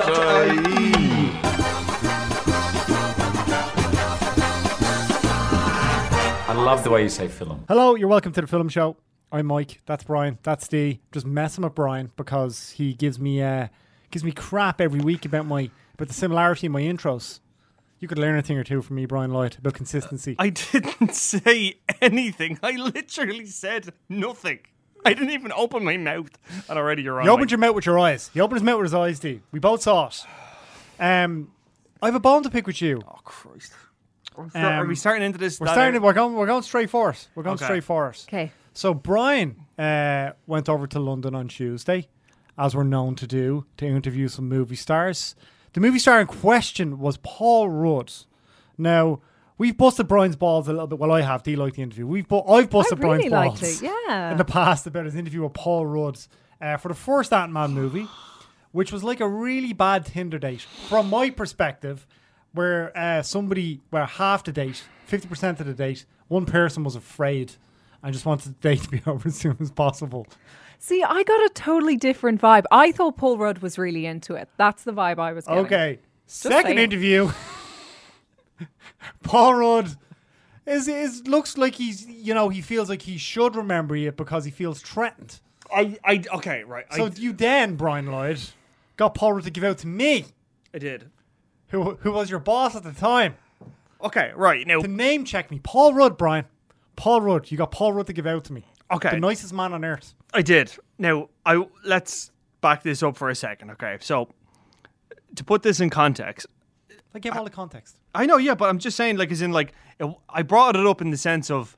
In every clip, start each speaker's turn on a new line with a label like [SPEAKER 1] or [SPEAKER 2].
[SPEAKER 1] entertainment.ie.
[SPEAKER 2] I love the way you say film.
[SPEAKER 3] Hello, you're welcome to the film show. I'm Mike. That's Brian. That's D. Just messing with Brian because he gives me uh, gives me crap every week about my about the similarity in my intros. You could learn a thing or two from me, Brian Lloyd, about consistency.
[SPEAKER 4] I didn't say anything. I literally said nothing. I didn't even open my mouth, and already you're on.
[SPEAKER 3] you opened
[SPEAKER 4] like-
[SPEAKER 3] your mouth with your eyes. You opened his mouth with his eyes, D. We both saw it. Um, I have a bone to pick with you.
[SPEAKER 4] Oh Christ! Are we- are
[SPEAKER 3] Um,
[SPEAKER 4] we starting into this?
[SPEAKER 3] We're
[SPEAKER 4] that
[SPEAKER 3] starting.
[SPEAKER 4] area?
[SPEAKER 3] We're going. We're going straight for it. We're going
[SPEAKER 4] Okay.
[SPEAKER 3] straight for it.
[SPEAKER 5] Okay.
[SPEAKER 3] So Brian uh, went over to London on Tuesday, as we're known to do, to interview some movie stars. The movie star in question was Paul Rudd. Now we've busted Brian's balls a little bit. Well, I have. Do you like the interview? We've bu- I've busted
[SPEAKER 5] I really
[SPEAKER 3] Brian's
[SPEAKER 5] liked
[SPEAKER 3] balls
[SPEAKER 5] it, yeah.
[SPEAKER 3] in the past about his interview with Paul Rudd uh, for the first Ant Man movie, which was like a really bad Tinder date from my perspective, where uh, somebody where half the date, fifty percent of the date, one person was afraid and just wanted the date to be over as soon as possible.
[SPEAKER 5] See, I got a totally different vibe. I thought Paul Rudd was really into it. That's the vibe I was getting.
[SPEAKER 3] Okay. Second
[SPEAKER 5] saying.
[SPEAKER 3] interview. Paul Rudd is, is looks like he's you know he feels like he should remember it because he feels threatened.
[SPEAKER 4] I, I, okay, right.
[SPEAKER 3] So
[SPEAKER 4] I,
[SPEAKER 3] you then Brian Lloyd got Paul Rudd to give out to me,
[SPEAKER 4] I did.
[SPEAKER 3] who who was your boss at the time,
[SPEAKER 4] Okay, right now.
[SPEAKER 3] to name check me. Paul Rudd, Brian. Paul Rudd. You got Paul Rudd to give out to me.
[SPEAKER 4] Okay.
[SPEAKER 3] The nicest man on earth.
[SPEAKER 4] I did. Now, I let's back this up for a second, okay? So, to put this in context,
[SPEAKER 3] I gave all the context.
[SPEAKER 4] I know, yeah, but I'm just saying, like, as in, like, it, I brought it up in the sense of,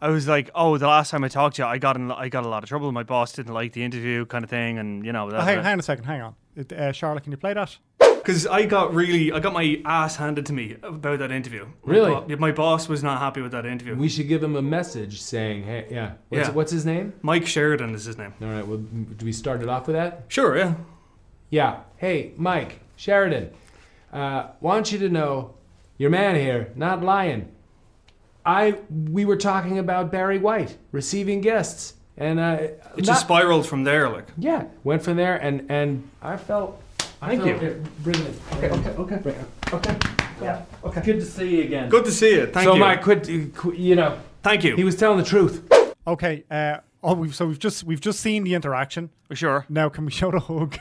[SPEAKER 4] I was like, oh, the last time I talked to you, I got in, I got in a lot of trouble. My boss didn't like the interview, kind of thing, and you know,
[SPEAKER 3] Oh, hang, hang on a second. Hang on. It, uh, Charlotte, can you play that?
[SPEAKER 4] because I got really, I got my ass handed to me about that interview.
[SPEAKER 6] Really?
[SPEAKER 4] my, bo- my boss was not happy with that interview.
[SPEAKER 6] We should give him a message saying, "Hey, yeah, what's,
[SPEAKER 4] Yeah.
[SPEAKER 6] what's his name?"
[SPEAKER 4] Mike Sheridan is his name.
[SPEAKER 6] All right. Well, m- do we start it off with that?
[SPEAKER 4] Sure, yeah.
[SPEAKER 6] Yeah. Hey, Mike Sheridan, uh, want you to know, your man here, not lying. I we were talking about Barry White receiving guests, and uh,
[SPEAKER 4] It
[SPEAKER 6] not-
[SPEAKER 4] just spiraled from there, like.
[SPEAKER 6] yeah, went from there, and and I felt. I
[SPEAKER 4] Thank
[SPEAKER 6] felt
[SPEAKER 4] you.
[SPEAKER 6] it- brilliant. Okay, okay, okay, okay.
[SPEAKER 2] Good to see you again.
[SPEAKER 4] Good to see you. Thank
[SPEAKER 6] So
[SPEAKER 4] you.
[SPEAKER 6] Mike, quit, quit. You know,
[SPEAKER 4] Thank you.
[SPEAKER 6] he was telling the truth.
[SPEAKER 3] Okay. Uh, oh, we've, so we've just we've just seen the interaction.
[SPEAKER 4] sure.
[SPEAKER 3] Now can we show the hug?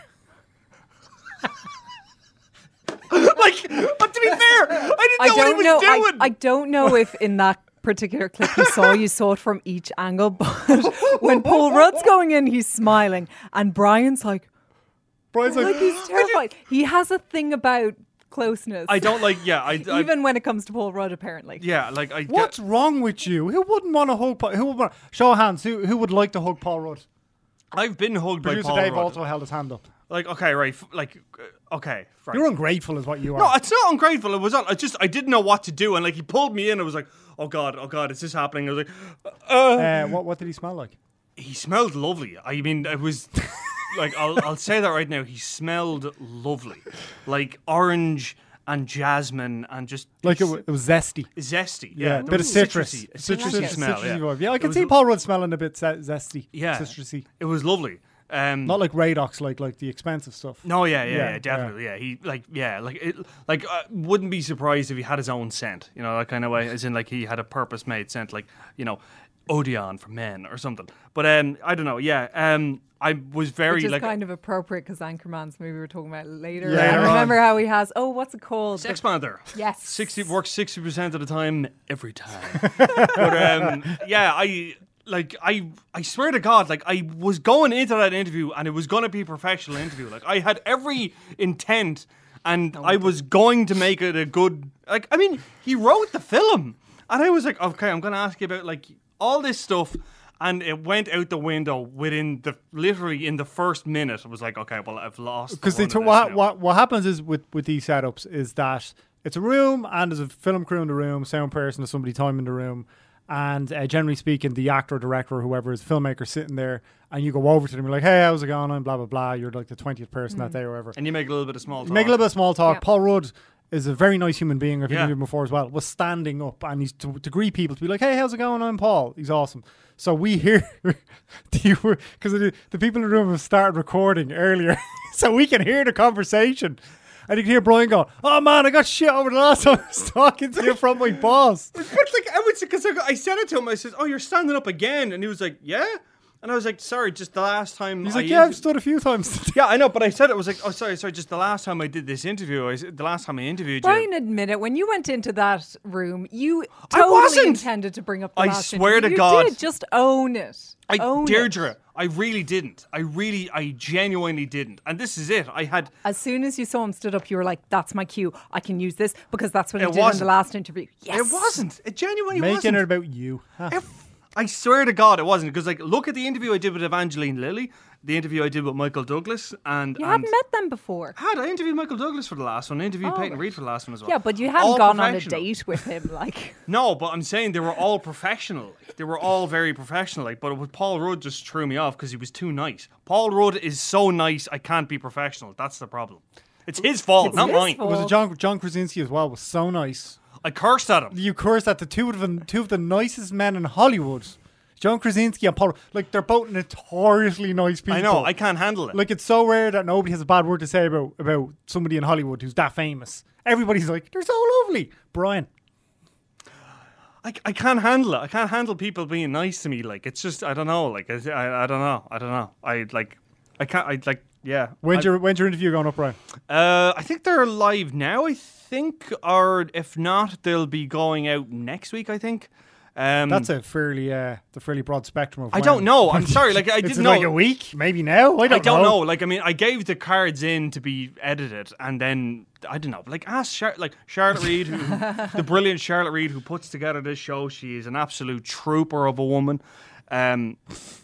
[SPEAKER 4] like, but to be fair, I didn't
[SPEAKER 5] I
[SPEAKER 4] know what he
[SPEAKER 5] don't
[SPEAKER 4] was
[SPEAKER 5] know. I,
[SPEAKER 4] doing.
[SPEAKER 5] I don't know if in that particular clip you saw, you saw it from each angle. But when Paul Rudd's going in, he's smiling, and Brian's like,
[SPEAKER 3] Brian's like,
[SPEAKER 5] like he's terrified. He has a thing about closeness.
[SPEAKER 4] I don't like. Yeah, I, I
[SPEAKER 5] even when it comes to Paul Rudd, apparently.
[SPEAKER 4] Yeah, like I.
[SPEAKER 3] What's
[SPEAKER 4] get-
[SPEAKER 3] wrong with you? Who wouldn't want to hug Paul? Who would want? Show of hands. Who who would like to hug Paul Rudd?
[SPEAKER 4] I've been hugged by
[SPEAKER 3] Producer
[SPEAKER 4] Paul
[SPEAKER 3] Dave
[SPEAKER 4] Rudd.
[SPEAKER 3] also held his hand up.
[SPEAKER 4] Like, okay, right, f- like, uh, okay, right.
[SPEAKER 3] You're ungrateful, is what you are.
[SPEAKER 4] no, it's not ungrateful. It was not. I just I didn't know what to do, and like he pulled me in. I was like, oh god, oh god, is this happening? I was like, uh,
[SPEAKER 3] uh, what what did he smell like?
[SPEAKER 4] he smelled lovely. I mean, it was like I'll I'll say that right now. He smelled lovely, like orange and jasmine and just
[SPEAKER 3] Like it, wa- it was zesty.
[SPEAKER 4] zesty.
[SPEAKER 3] Yeah,
[SPEAKER 4] Yeah,
[SPEAKER 3] a
[SPEAKER 4] there
[SPEAKER 3] bit of
[SPEAKER 4] was
[SPEAKER 3] citrus,
[SPEAKER 4] citrusy,
[SPEAKER 3] citrusy,
[SPEAKER 4] citrusy smell.
[SPEAKER 3] citrusy
[SPEAKER 4] yeah.
[SPEAKER 3] vibe. yeah, I
[SPEAKER 4] It
[SPEAKER 3] can
[SPEAKER 4] was
[SPEAKER 3] see
[SPEAKER 4] lo-
[SPEAKER 3] Paul Rudd smelling a bit ze- zesty,
[SPEAKER 4] Yeah.
[SPEAKER 3] citrusy.
[SPEAKER 4] It was lovely. Um,
[SPEAKER 3] Not like Radox, like like the expensive stuff.
[SPEAKER 4] No, yeah, yeah,
[SPEAKER 3] Yeah,
[SPEAKER 4] yeah,
[SPEAKER 3] yeah.
[SPEAKER 4] definitely, yeah. He like, yeah, like, it, like, uh, wouldn't be surprised if he had his own scent, you know, that kind of way. As in, like, he had a purpose-made scent, like, you know, Odeon for men or something. But um, I don't know. Yeah, um, I was very
[SPEAKER 5] Which is
[SPEAKER 4] like,
[SPEAKER 5] kind of appropriate because Anchorman's movie we're talking about later.
[SPEAKER 3] Yeah. Later on.
[SPEAKER 5] I remember how he has, oh, what's it called?
[SPEAKER 4] sex panther.
[SPEAKER 5] Yes.
[SPEAKER 4] sixty works sixty percent of the time, every time. but um, yeah, I. Like I, I swear to God, like I was going into that interview and it was gonna be a professional interview. Like I had every intent,
[SPEAKER 3] Oh
[SPEAKER 4] and I was going to make it a good. Like I mean, he wrote the film, and I was like, okay, I'm gonna ask you about like all this stuff, and it went out the window within the literally in the first minute. I was like, okay, well I've lost
[SPEAKER 3] because
[SPEAKER 4] the
[SPEAKER 3] they
[SPEAKER 4] run of
[SPEAKER 3] took
[SPEAKER 4] this
[SPEAKER 3] what,
[SPEAKER 4] now.
[SPEAKER 3] what what happens is with with these setups is that it's a room and there's a film crew in the room, sound person, there's somebody timing the room, and uh, generally speaking, the actor, director, whoever is filmmaker sitting there, and you go over to them, you're like, hey, how's it going? And blah blah blah. You're like the twentieth person that day or whatever.
[SPEAKER 4] and you make a little bit of small talk.
[SPEAKER 3] Make a little bit of small talk.
[SPEAKER 5] Yeah.
[SPEAKER 3] Paul Rudd is a very nice human being, I've
[SPEAKER 4] Yeah.
[SPEAKER 3] interviewed him before as well, was standing up and he's to, to greet people to be like, hey, how's it going? I'm Paul. He's awesome. So we hear, because the, the people in the room have started recording earlier, so we can hear the conversation. And you can hear Brian go, oh man, I got shit over the last time I was talking to you from my boss.
[SPEAKER 4] But like I would say, because I, go- I said it to him, I said, "Oh, you're standing up again," and he was like, "Yeah," and I was like, "Sorry, just the last time."
[SPEAKER 3] He's
[SPEAKER 4] I
[SPEAKER 3] like, yeah, I've
[SPEAKER 4] inter-
[SPEAKER 3] stood a few times today.
[SPEAKER 4] yeah, I know, but I said it I was like, "Oh, sorry, sorry, just the last time I did this interview, I, s- the last time I interviewed you."
[SPEAKER 5] Brian, admit it. When you went into that room, you
[SPEAKER 4] I
[SPEAKER 5] totally
[SPEAKER 4] wasn't.
[SPEAKER 5] intended to bring up. The
[SPEAKER 4] I
[SPEAKER 5] last
[SPEAKER 4] swear
[SPEAKER 5] interview.
[SPEAKER 4] to
[SPEAKER 5] You
[SPEAKER 4] God.
[SPEAKER 5] did. just own it.
[SPEAKER 4] I
[SPEAKER 5] own
[SPEAKER 4] Deirdre,
[SPEAKER 5] It.
[SPEAKER 4] I really didn't. I really, I genuinely didn't. And this is it. I had
[SPEAKER 5] As soon as you saw him stood up, you were like, "That's my cue. I can use this because that's what
[SPEAKER 4] It
[SPEAKER 5] I did in
[SPEAKER 4] wasn't.
[SPEAKER 5] the last interview." Yes,
[SPEAKER 4] it wasn't. It genuinely
[SPEAKER 3] Making
[SPEAKER 4] wasn't.
[SPEAKER 3] it about you. Huh.
[SPEAKER 4] I swear to God, it wasn't. Because like, look at the interview I did with Evangeline Lilly, the interview I did with Michael Douglas, and
[SPEAKER 5] You
[SPEAKER 4] and
[SPEAKER 5] hadn't met them before.
[SPEAKER 4] had I interviewed Michael Douglas for the last one? I interviewed
[SPEAKER 5] Oh.
[SPEAKER 4] Peyton Reed for the last one as well.
[SPEAKER 5] Yeah, but you hadn't
[SPEAKER 4] All
[SPEAKER 5] gone on a
[SPEAKER 4] professional.
[SPEAKER 5] date with him. Like,
[SPEAKER 4] No, but I'm saying they were all professional. Like, they were all very professional. Like, but with Paul Rudd just threw me off because he was too nice. Paul Rudd is so nice, I can't be professional. That's the problem. It's his fault,
[SPEAKER 5] It's
[SPEAKER 4] not
[SPEAKER 5] his
[SPEAKER 4] mine.
[SPEAKER 5] fault.
[SPEAKER 3] Was it John, John Krasinski as well was so nice.
[SPEAKER 4] I cursed at him.
[SPEAKER 3] you cursed at the two of them, two of the nicest men in Hollywood, John Krasinski and Paul. Like they're both notoriously nice people.
[SPEAKER 4] I know. I can't handle it.
[SPEAKER 3] like it's so rare that nobody has a bad word to say about about somebody in Hollywood who's that famous. Everybody's like, they're so lovely. Brian,
[SPEAKER 4] I, I can't handle it. I can't handle people being nice to me. Like it's just I don't know. Like I I, I don't know. I don't know. I like I can't. I like yeah.
[SPEAKER 3] when's
[SPEAKER 4] I,
[SPEAKER 3] your when's your interview going up, Brian?
[SPEAKER 4] uh, I think they're live now. I think, or if not, they'll be going out next week. I think. Um,
[SPEAKER 3] That's a fairly uh, the fairly broad spectrum of.
[SPEAKER 4] I don't know. I'm sorry. Like I
[SPEAKER 3] It's
[SPEAKER 4] didn't
[SPEAKER 3] in
[SPEAKER 4] know.
[SPEAKER 3] like a week, maybe now. I don't,
[SPEAKER 4] I don't know. Like I mean, I gave the cards in to be edited, and then I don't know. Like ask Char- like Charlotte Reed, who, who- the brilliant Charlotte Reed, who puts together this show. She is an absolute trooper of a woman. Um,